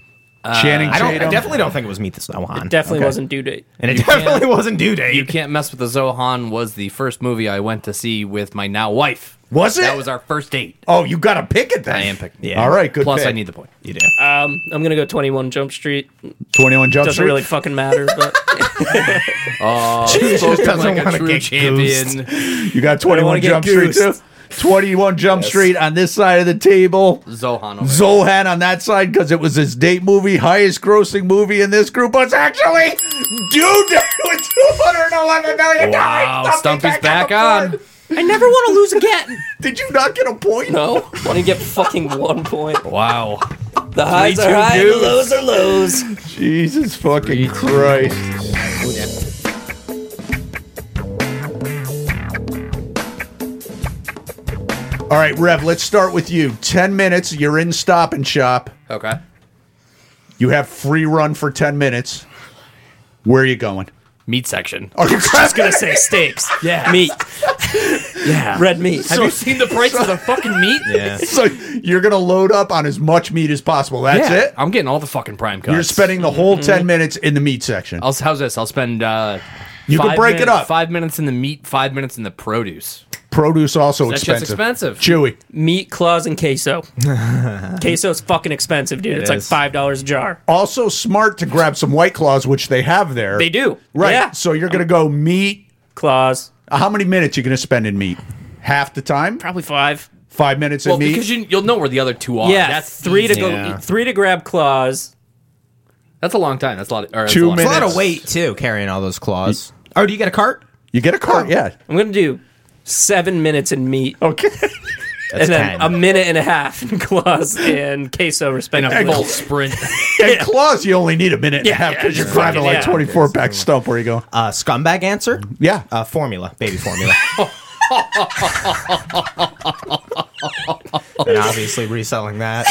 S2: Channing
S3: I, don't,
S2: Tatum.
S3: I definitely don't think it was Meet the Zohan.
S4: Definitely wasn't due date.
S3: and it definitely wasn't due date.
S1: You can't mess with the Zohan was the first movie I went to see with my now wife.
S2: Was it?
S1: That was our first date.
S2: oh, you got to pick it then.
S1: I am picking.
S3: Yeah.
S2: All right, good.
S1: Plus,
S2: pick.
S1: I need the point.
S3: You do.
S4: Um, I'm gonna go 21 Jump Street.
S2: twenty-one Jump
S4: Doesn't
S2: Street.
S4: really fucking matter, but
S1: Spoken
S3: doesn't
S1: like a
S3: wanna
S1: true
S3: get
S1: champion.
S2: you got
S4: don't wanna
S2: twenty-one
S4: get
S2: Jump Street too.
S4: goosed.
S2: Twenty-one Jump Street on this side of the table.
S1: Zohan. Over there.
S2: Zohan on that side because it was his date movie, highest grossing movie in this group was actually Due Date with two hundred eleven million dollars.
S1: Wow, Stumpy's back on.
S4: I never want to lose again.
S2: Did you not get a point?
S4: No, want to get fucking one point.
S1: Wow.
S4: The highs
S1: Three,
S4: are
S1: two,
S4: high, the
S1: dudes.
S4: lows are lows.
S2: Jesus fucking Christ. All right, Rev, let's start with you. 10 minutes, you're in Stop and Shop.
S1: Okay.
S2: You have free run for 10 minutes. Where are you going?
S1: Meat section.
S2: Are you
S4: Just gonna say steaks.
S1: Yeah.
S4: meat. yeah, red meat.
S1: Have you seen the price of the fucking meat?
S3: Yeah.
S2: So you're going to load up on as much meat as possible. That's
S1: Yeah,
S2: it?
S1: I'm getting all the fucking prime cuts.
S2: You're spending the whole 10 minutes in the meat section.
S1: I'll, how's this? I'll spend. Uh,
S2: You can
S1: five
S2: break it
S1: minutes-
S2: up.
S1: Five minutes in the meat, five minutes in the produce.
S2: Produce also
S1: That shit's
S2: expensive.
S1: expensive.
S2: Chewy.
S4: meat claws and queso. queso is fucking expensive, dude.
S3: It
S4: it's like
S3: is.
S4: five dollars a jar.
S2: Also smart to grab some White Claws, which they have there.
S4: They do.
S2: Right.
S4: Yeah.
S2: So you're going to go meat.
S4: Claws,
S2: How many minutes you going to spend in meat? Half the time?
S4: probably five.
S2: Five minutes in
S1: Well,
S2: meat?
S1: because you, you'll know where the other two are.
S4: Yeah,
S1: That's
S4: three
S1: easy.
S4: to go.
S3: Yeah.
S4: Three to grab claws.
S1: That's a long time. That's a lot. Of, or that's
S2: Two
S1: a lot of-
S3: It's a lot
S2: minutes.
S3: of weight, too, carrying all those claws. Oh, do you get a cart?
S2: You get a cart, yeah.
S4: I'm gonna do seven minutes in meat,
S2: Okay.
S3: That's
S4: and then
S3: 10.
S4: a minute and a half in claws and queso,
S1: in a
S4: respectively.
S1: full sprint.
S2: and claws, you only need a minute and a
S4: Yeah,
S2: half
S4: yeah,
S2: because you're
S4: yeah.
S2: climbing like
S4: Yeah.
S2: 24 pack stump. Where you go?
S3: uh, scumbag answer?
S2: Yeah.
S3: Uh, formula, baby formula. and obviously reselling that.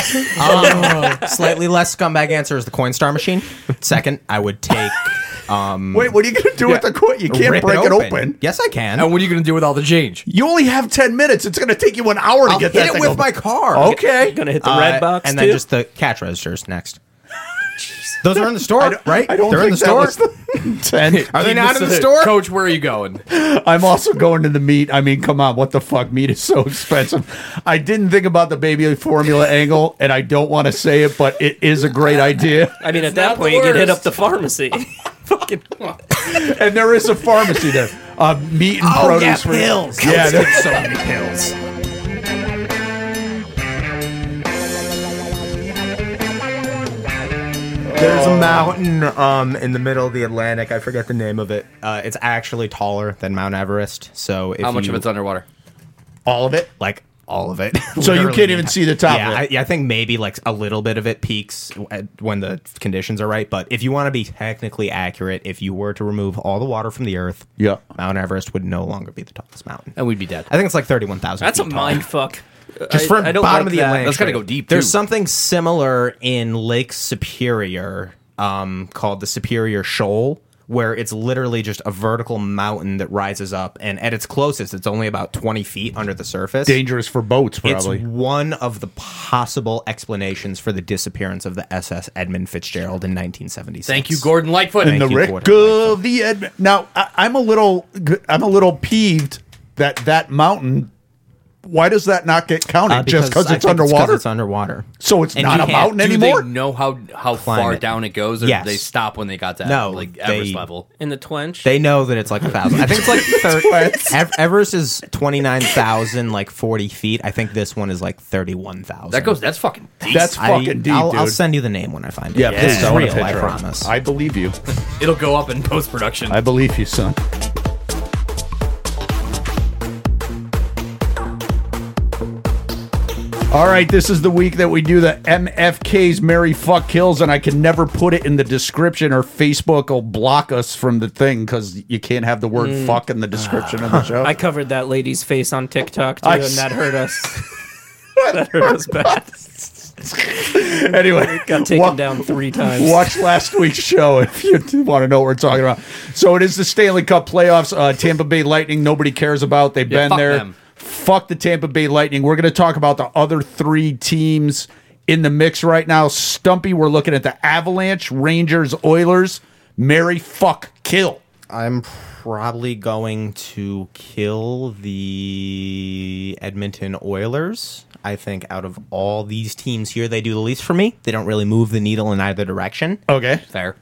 S3: Um, slightly less scumbag answer is the Coinstar machine. Second, I would take um,
S2: Wait, what are you going to do with the coin? You can't
S3: rip
S2: break it open.
S3: Yes, I can.
S1: and what are you going to do with all the change?
S2: You only have 10 minutes. It's going to take you an hour to
S3: I'll
S2: get
S3: hit
S2: that
S3: it
S2: thing
S3: with
S2: open. Oh,
S3: my car.
S2: Okay.
S4: Gonna hit the
S3: Uh,
S4: red box
S3: and
S4: too.
S3: then just the cash registers next. Those are in the store, right?
S2: I don't
S3: They're in
S2: think
S3: the
S2: that
S3: store.
S2: was the 10.
S3: Are they not in the
S1: Listen,
S3: store?
S1: Coach, where are you going?
S2: I'm also going to the meat. I mean, come on, what the fuck? Meat is so expensive. I didn't think about the baby formula angle, and I don't want to say it, but it is a great idea.
S4: I mean, at that
S1: not
S4: point,
S1: the
S4: you could hit
S1: worst.
S4: up the pharmacy. fucking
S2: And there is a pharmacy there. Uh, meat and
S4: Oh,
S2: produce for- Yeah, there-
S3: so many pills. There's a mountain um, in the middle of the Atlantic. I forget the name of it. Uh, it's actually taller than Mount Everest. So if
S1: How much
S3: you,
S1: of it's underwater?
S2: all of it.
S3: like all of it.
S2: So you
S3: Literally.
S2: can't even see the top
S3: Yeah,
S2: of
S3: I,
S2: it.
S3: yeah, I think maybe like a little bit of it peaks at- when the conditions are right. But if you want to be technically accurate, if you were to remove all the water from the earth,
S2: Yeah.
S3: Mount Everest would no longer be the tallest mountain.
S1: And we'd be dead.
S3: I think it's like thirty-one thousand.
S4: That's a mind fuck.
S3: Just from
S4: I, I don't
S3: bottom
S4: like
S3: of the
S4: that.
S3: Atlantic.
S1: That's gotta
S3: Strait.
S1: go deep,
S3: There's
S1: too.
S3: something similar in Lake Superior, um, called the Superior Shoal, where it's literally just a vertical mountain that rises up, and at its closest, it's only about twenty feet under the surface.
S2: Dangerous for boats,
S3: It's
S2: probably.
S3: one of the possible explanations for the disappearance of the SS Edmund Fitzgerald in Uh, 1976.
S1: Thank you, Gordon Lightfoot.
S2: In the
S3: you,
S2: Rick
S3: Gordon.
S2: of the Edmund. Now I, I'm a little, I'm a little peeved that that mountain. Why does that not get counted?
S3: Uh,
S2: Just because
S3: I
S2: it's
S3: think
S2: underwater.
S3: It's, underwater.
S2: so it's
S3: And
S2: not
S3: you
S2: a
S3: can't
S2: mountain
S1: Do
S2: anymore.
S1: they know how how far
S3: Climate.
S1: down it goes, or
S3: Yes.
S1: do they stop when they got to
S3: No,
S1: like
S3: they-
S1: Everest level?
S4: In the twench.
S3: They know that it's like a thousand. I think it's like thirty.
S2: Twins.
S3: Ev- Everest is twenty nine thousand, like forty feet. I think this one is like thirty one thousand.
S1: That goes. That's fucking. Deep.
S2: That's
S3: I,
S2: fucking deep,
S3: I'll,
S2: dude.
S3: I'll send you the name when I find it.
S2: yeah, please.
S3: it's
S2: I want a
S3: real. I
S2: picture of it.
S3: promise.
S2: I believe you.
S1: It'll go up in post production.
S2: I believe you, son. All right, this is the week that we do the MFK's Mary Fuck Kills, and I can never put it in the description or Facebook will block us from the thing because you can't have the word fuck in the description of the show.
S4: Mm. I covered that lady's face on TikTok too,
S2: I
S4: and
S2: s-
S4: that hurt us. that hurt us bad.
S2: anyway,
S4: Got taken
S2: wa-
S4: down three times.
S2: Watch last week's show if you want to know what we're talking about. So it is the Stanley Cup playoffs. Uh, Tampa Bay Lightning, nobody cares about. They've
S1: Yeah,
S2: been
S1: fuck
S2: there.
S1: them.
S2: Fuck the Tampa Bay Lightning. We're going to talk about the other three teams in the mix right now. Stumpy, we're looking at the Avalanche, Rangers, Oilers. Mary, fuck, kill.
S3: I'm probably going to kill the Edmonton Oilers. I think out of all these teams here, they do the least for me. They don't really move the needle in either direction.
S2: Okay.
S1: Fair.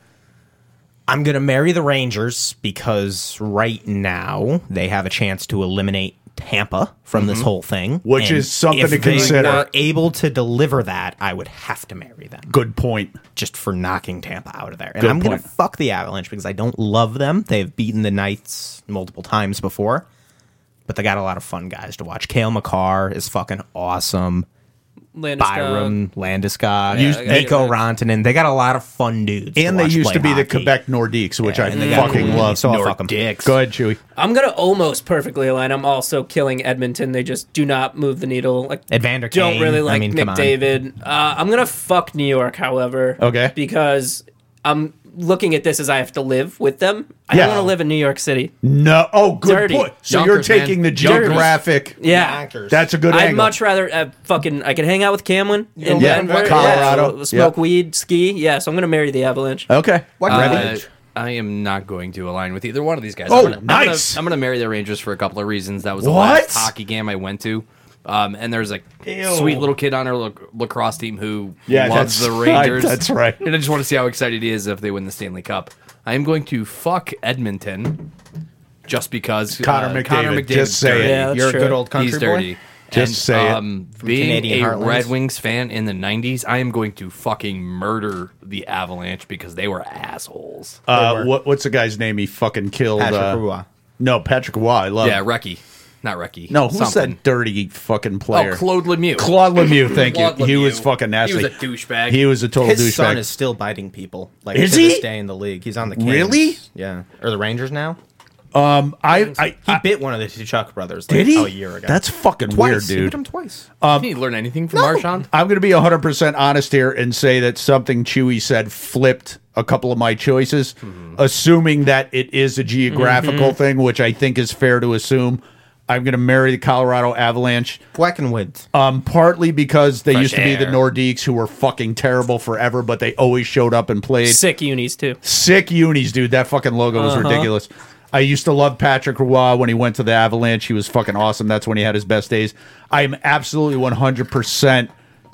S3: I'm going to marry the Rangers because right now they have a chance to eliminate Tampa from this whole thing,
S2: Mm-hmm. Which is something
S3: if
S2: to consider.
S3: They were able to deliver that, I would have to marry them
S2: Good point.
S3: just for knocking Tampa out of there. And
S2: Good
S3: I'm going to
S2: point.
S3: fuck the Avalanche because I don't love them. They've beaten the Knights multiple times before, but they got a lot of fun guys to watch. Kale McCarr is fucking awesome.
S4: Landeskog.
S3: Byram Landeskog,
S2: Used-
S3: Nico Rantanen. They got a lot of fun dudes. to
S2: And they
S3: watch
S2: used
S3: play
S2: to be the
S3: hockey.
S2: Quebec Nordiques, which I
S3: And they got
S2: fucking
S3: Cooley,
S2: love.
S3: So I'll fuck 'em.
S2: Go ahead, Chewy.
S4: I'm gonna almost perfectly align. I'm also killing Edmonton. They just do not move the needle. Like
S3: Evander
S4: don't
S3: Kane.
S4: really
S3: I
S4: like
S3: mean, come on.
S4: McDavid. Uh, I'm gonna fuck New York, however.
S2: Okay.
S4: Because I'm looking at this as I have to live with them. I
S2: Yeah.
S4: don't want to live in New York City.
S2: No. Oh, good
S4: Dirty.
S2: point. So
S1: Yonkers,
S2: you're taking
S1: man.
S2: the
S1: Yonkers.
S2: geographic.
S4: Yeah.
S2: That's a good
S4: I'd
S2: angle.
S4: much rather uh, fucking. I could hang out with Camlin in
S2: Yeah,
S4: Denver,
S2: Colorado.
S4: yeah, smoke
S2: Yeah. Oh.
S4: weed, ski. Yeah, so I'm gonna marry the Avalanche.
S2: okay. What
S1: Uh, I am not going to align with either one of these guys.
S2: Oh,
S1: I'm gonna, I'm
S2: nice.
S1: gonna, I'm gonna marry the Rangers for a couple of reasons. That was the
S2: What?
S1: last hockey game I went to. Um, and there's a
S2: Ew.
S1: sweet little kid on our lac- lacrosse team who
S2: Yeah,
S1: loves
S2: that's
S1: the
S2: right,
S1: Rangers.
S2: that's right.
S1: And I just want to see how excited he is if they win the Stanley Cup. I am going to fuck Edmonton just because
S2: Connor
S1: uh, Connor
S2: McDavid,
S1: McDavid.
S2: just say it.
S4: Yeah, that's
S3: You're a
S4: true.
S3: good old country
S1: He's
S3: boy.
S1: dirty.
S2: Just say it.
S1: um, Being
S3: Canadian
S1: a
S3: heartlands.
S1: Red Wings fan in the '90s, I am going to fucking murder the Avalanche because they were assholes.
S2: Uh, what, what's the guy's name? He fucking killed.
S3: Patrick
S2: uh,
S3: Roy.
S2: No, Patrick Roy. I love.
S1: yeah,
S2: him.
S1: Recky, not Recky.
S2: Um, No, who's
S1: something.
S2: that dirty fucking player?
S1: Oh, Claude Lemieux.
S2: Claude Lemieux. Thank
S1: Claude
S2: you. He
S1: Lemieux.
S2: was fucking nasty.
S1: He was a douchebag.
S2: He was a total
S3: His son
S2: douchebag.
S3: is still biting people. Like
S2: Is
S3: to
S2: he?
S3: this day in the league, he's on the Kings.
S2: Really?
S3: Yeah, or the Rangers now.
S2: I, I,
S3: He
S2: I-
S3: bit one of the Tuchuk brothers. Like,
S2: did he?
S3: Oh, A year ago.
S2: That's fucking
S3: twice.
S2: weird,
S3: He
S2: dude.
S3: bit him twice.
S1: Did he learn anything from Marshawn?
S2: I'm going to be 100% honest here and say that something Chewy said flipped a couple of my choices,
S1: Mm-hmm.
S2: assuming that it is a geographical thing, which I think is fair to assume. I'm going to marry the Colorado Avalanche,
S3: Black and Woods.
S2: um, partly because they
S1: Fresh
S2: used to be the
S1: air.
S2: Nordiques who were fucking terrible forever, but they always showed up and played.
S4: Sick unis too.
S2: Sick unis, dude. That fucking logo was
S3: Uh-huh.
S2: ridiculous. I used to love Patrick Roy when he went to the Avalanche. He was fucking awesome. That's when he had his best days. I am absolutely 100%.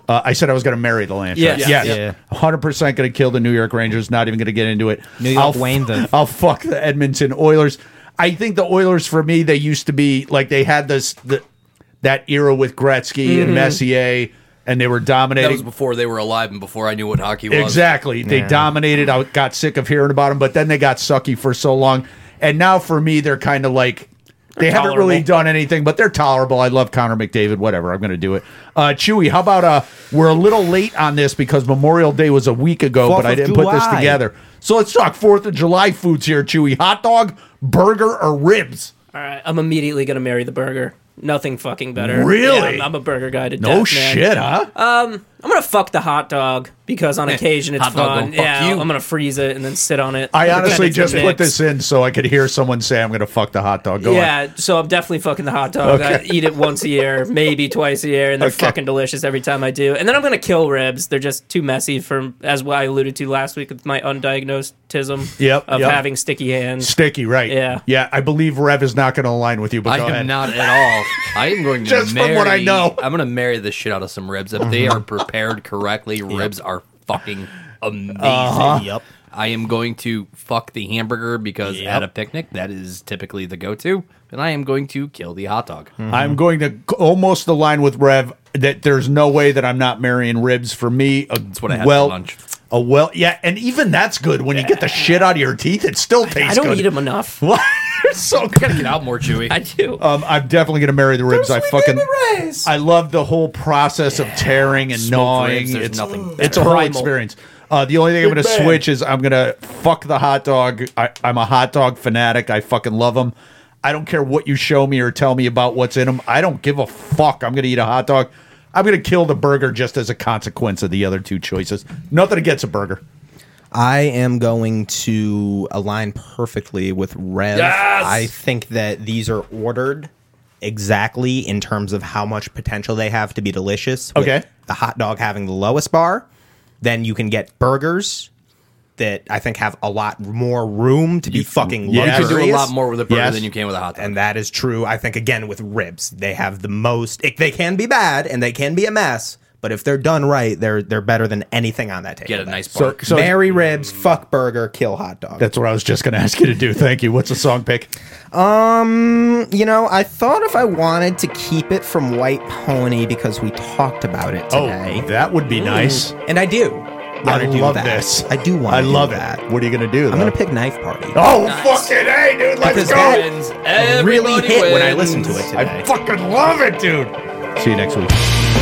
S2: Uh, I said I was going to marry the Lancer.
S4: Yes.
S2: Yes.
S3: Yeah.
S2: 100% going to kill the New York Rangers. Not even going to get into it.
S3: New York
S2: I'll,
S3: Wayne the-
S2: I'll fuck the Edmonton Oilers. I think the Oilers, for me, they used to be like they had this the, that era with Gretzky
S3: Mm-hmm.
S2: and Messier, and they were
S1: That
S2: dominating.
S1: was before they were alive and before I knew what hockey was.
S2: Exactly. They
S3: Yeah.
S2: dominated. I got sick of hearing about them, but then they got sucky for so long. And now for me, they're kind of like they haven't
S4: tolerable.
S2: really done anything, but they're tolerable. I love Connor McDavid. Whatever, I'm going to do it. Uh, Chewy, how about uh, we're a little late on this because Memorial Day was a week ago,
S3: Fourth
S2: but I
S3: of
S2: didn't put this
S3: July.
S2: together. So let's talk Fourth of July foods here, Chewy. Hot dog, burger, or ribs?
S4: All right, I'm immediately gonna marry the burger. Nothing fucking better.
S2: Really?
S4: Yeah, I'm, I'm a burger guy to
S2: No
S4: death. man.
S2: shit, huh?
S3: Uh,
S4: I'm gonna fuck the hot dog because on occasion it's
S1: Eh, Hot dog
S4: fun.
S1: gonna fuck
S4: yeah,
S1: you.
S4: I'm gonna freeze it and then sit on it.
S2: I
S4: Pretend
S2: honestly
S4: it's a
S2: just put
S4: mix.
S2: this in so I could hear someone say I'm going to fuck the hot dog. Go on.
S4: yeah, so I'm definitely fucking the hot dog. I
S2: Okay.
S4: eat it once a year, maybe twice a year, and they're
S2: Okay.
S4: fucking delicious every time I do. And then I'm gonna kill ribs. They're just too messy for, as I alluded to last week with my undiagnosedism
S2: Yep,
S4: of
S2: yep.
S4: having sticky hands.
S2: Sticky, right?
S4: Yeah.
S2: yeah. I believe Rev is not going to align with you, but
S1: I
S2: go
S1: am
S2: ahead.
S1: not at all. I am going to
S2: Just
S1: marry,
S2: from what I know.
S1: I'm going to marry the shit out of some ribs if they are prepared correctly. Ribs are fucking
S2: Uh-huh.
S1: amazing.
S3: Yep.
S1: I am going to fuck the hamburger because
S3: Yep.
S1: at a picnic that is typically the go-to, and I am going to kill the hot dog.
S2: I'm going to c- almost align with Rev that there's no way that I'm not marrying ribs for me. A
S1: what I had for
S2: well,
S1: lunch.
S2: A well, yeah, and even that's good when you get the shit out of your teeth. It still tastes.
S4: I don't
S2: good.
S4: eat them enough.
S2: What? You're so good.
S1: Get out more chewy.
S4: I do.
S2: Um, I'm definitely gonna marry the ribs. I fucking.
S3: Rays.
S2: I love the whole process of tearing and
S1: Smoked
S2: gnawing.
S1: ribs, there's
S2: it's
S1: nothing better.
S2: it's a whole
S4: Primal.
S2: experience. Uh, the only thing I'm going to switch is I'm going to fuck the hot dog. I, I'm a hot dog fanatic. I fucking love them. I don't care what you show me or tell me about what's in them. I don't give a fuck. I'm going to eat a hot dog. I'm going to kill the burger just as a consequence of the other two choices. Nothing against a burger.
S3: I am going to align perfectly with Rev.
S4: Yes!
S3: I think that these are ordered exactly in terms of how much potential they have to be delicious. with
S2: Okay.
S3: The hot dog having the lowest bar, then you can get burgers that I think have a lot more room to be fucking
S2: yeah. You
S1: You
S3: luxurious.
S1: could do a lot more with a burger
S2: Yes.
S1: than you can with a hot dog.
S3: And that is true. I think again with ribs, they have the most. It, they can be bad and they can be a mess, but if they're done right, they're they're better than anything on that table.
S1: Get a nice
S2: So-
S1: bark.
S2: so-
S3: Marry ribs, fuck burger, kill hot dog.
S2: That's what I was just going to ask you to do. Thank you. What's the song pick?
S3: you know, I thought if I wanted to keep it from White Pony because we talked about it
S2: Oh,
S3: today,
S2: that would be nice.
S3: and I do.
S2: I
S3: wanna do
S2: love
S3: that.
S2: this.
S3: I do want.
S2: I love
S3: do that.
S2: it. What are you going to do?
S3: I'm gonna pick Knife Party.
S2: Oh, fucking hey, dude. Let's
S3: Because
S2: go.
S3: that
S1: Wins.
S3: really
S1: Everybody
S3: hit when I
S1: wins.
S3: listened to it today.
S2: I fucking love it, dude. See you next week.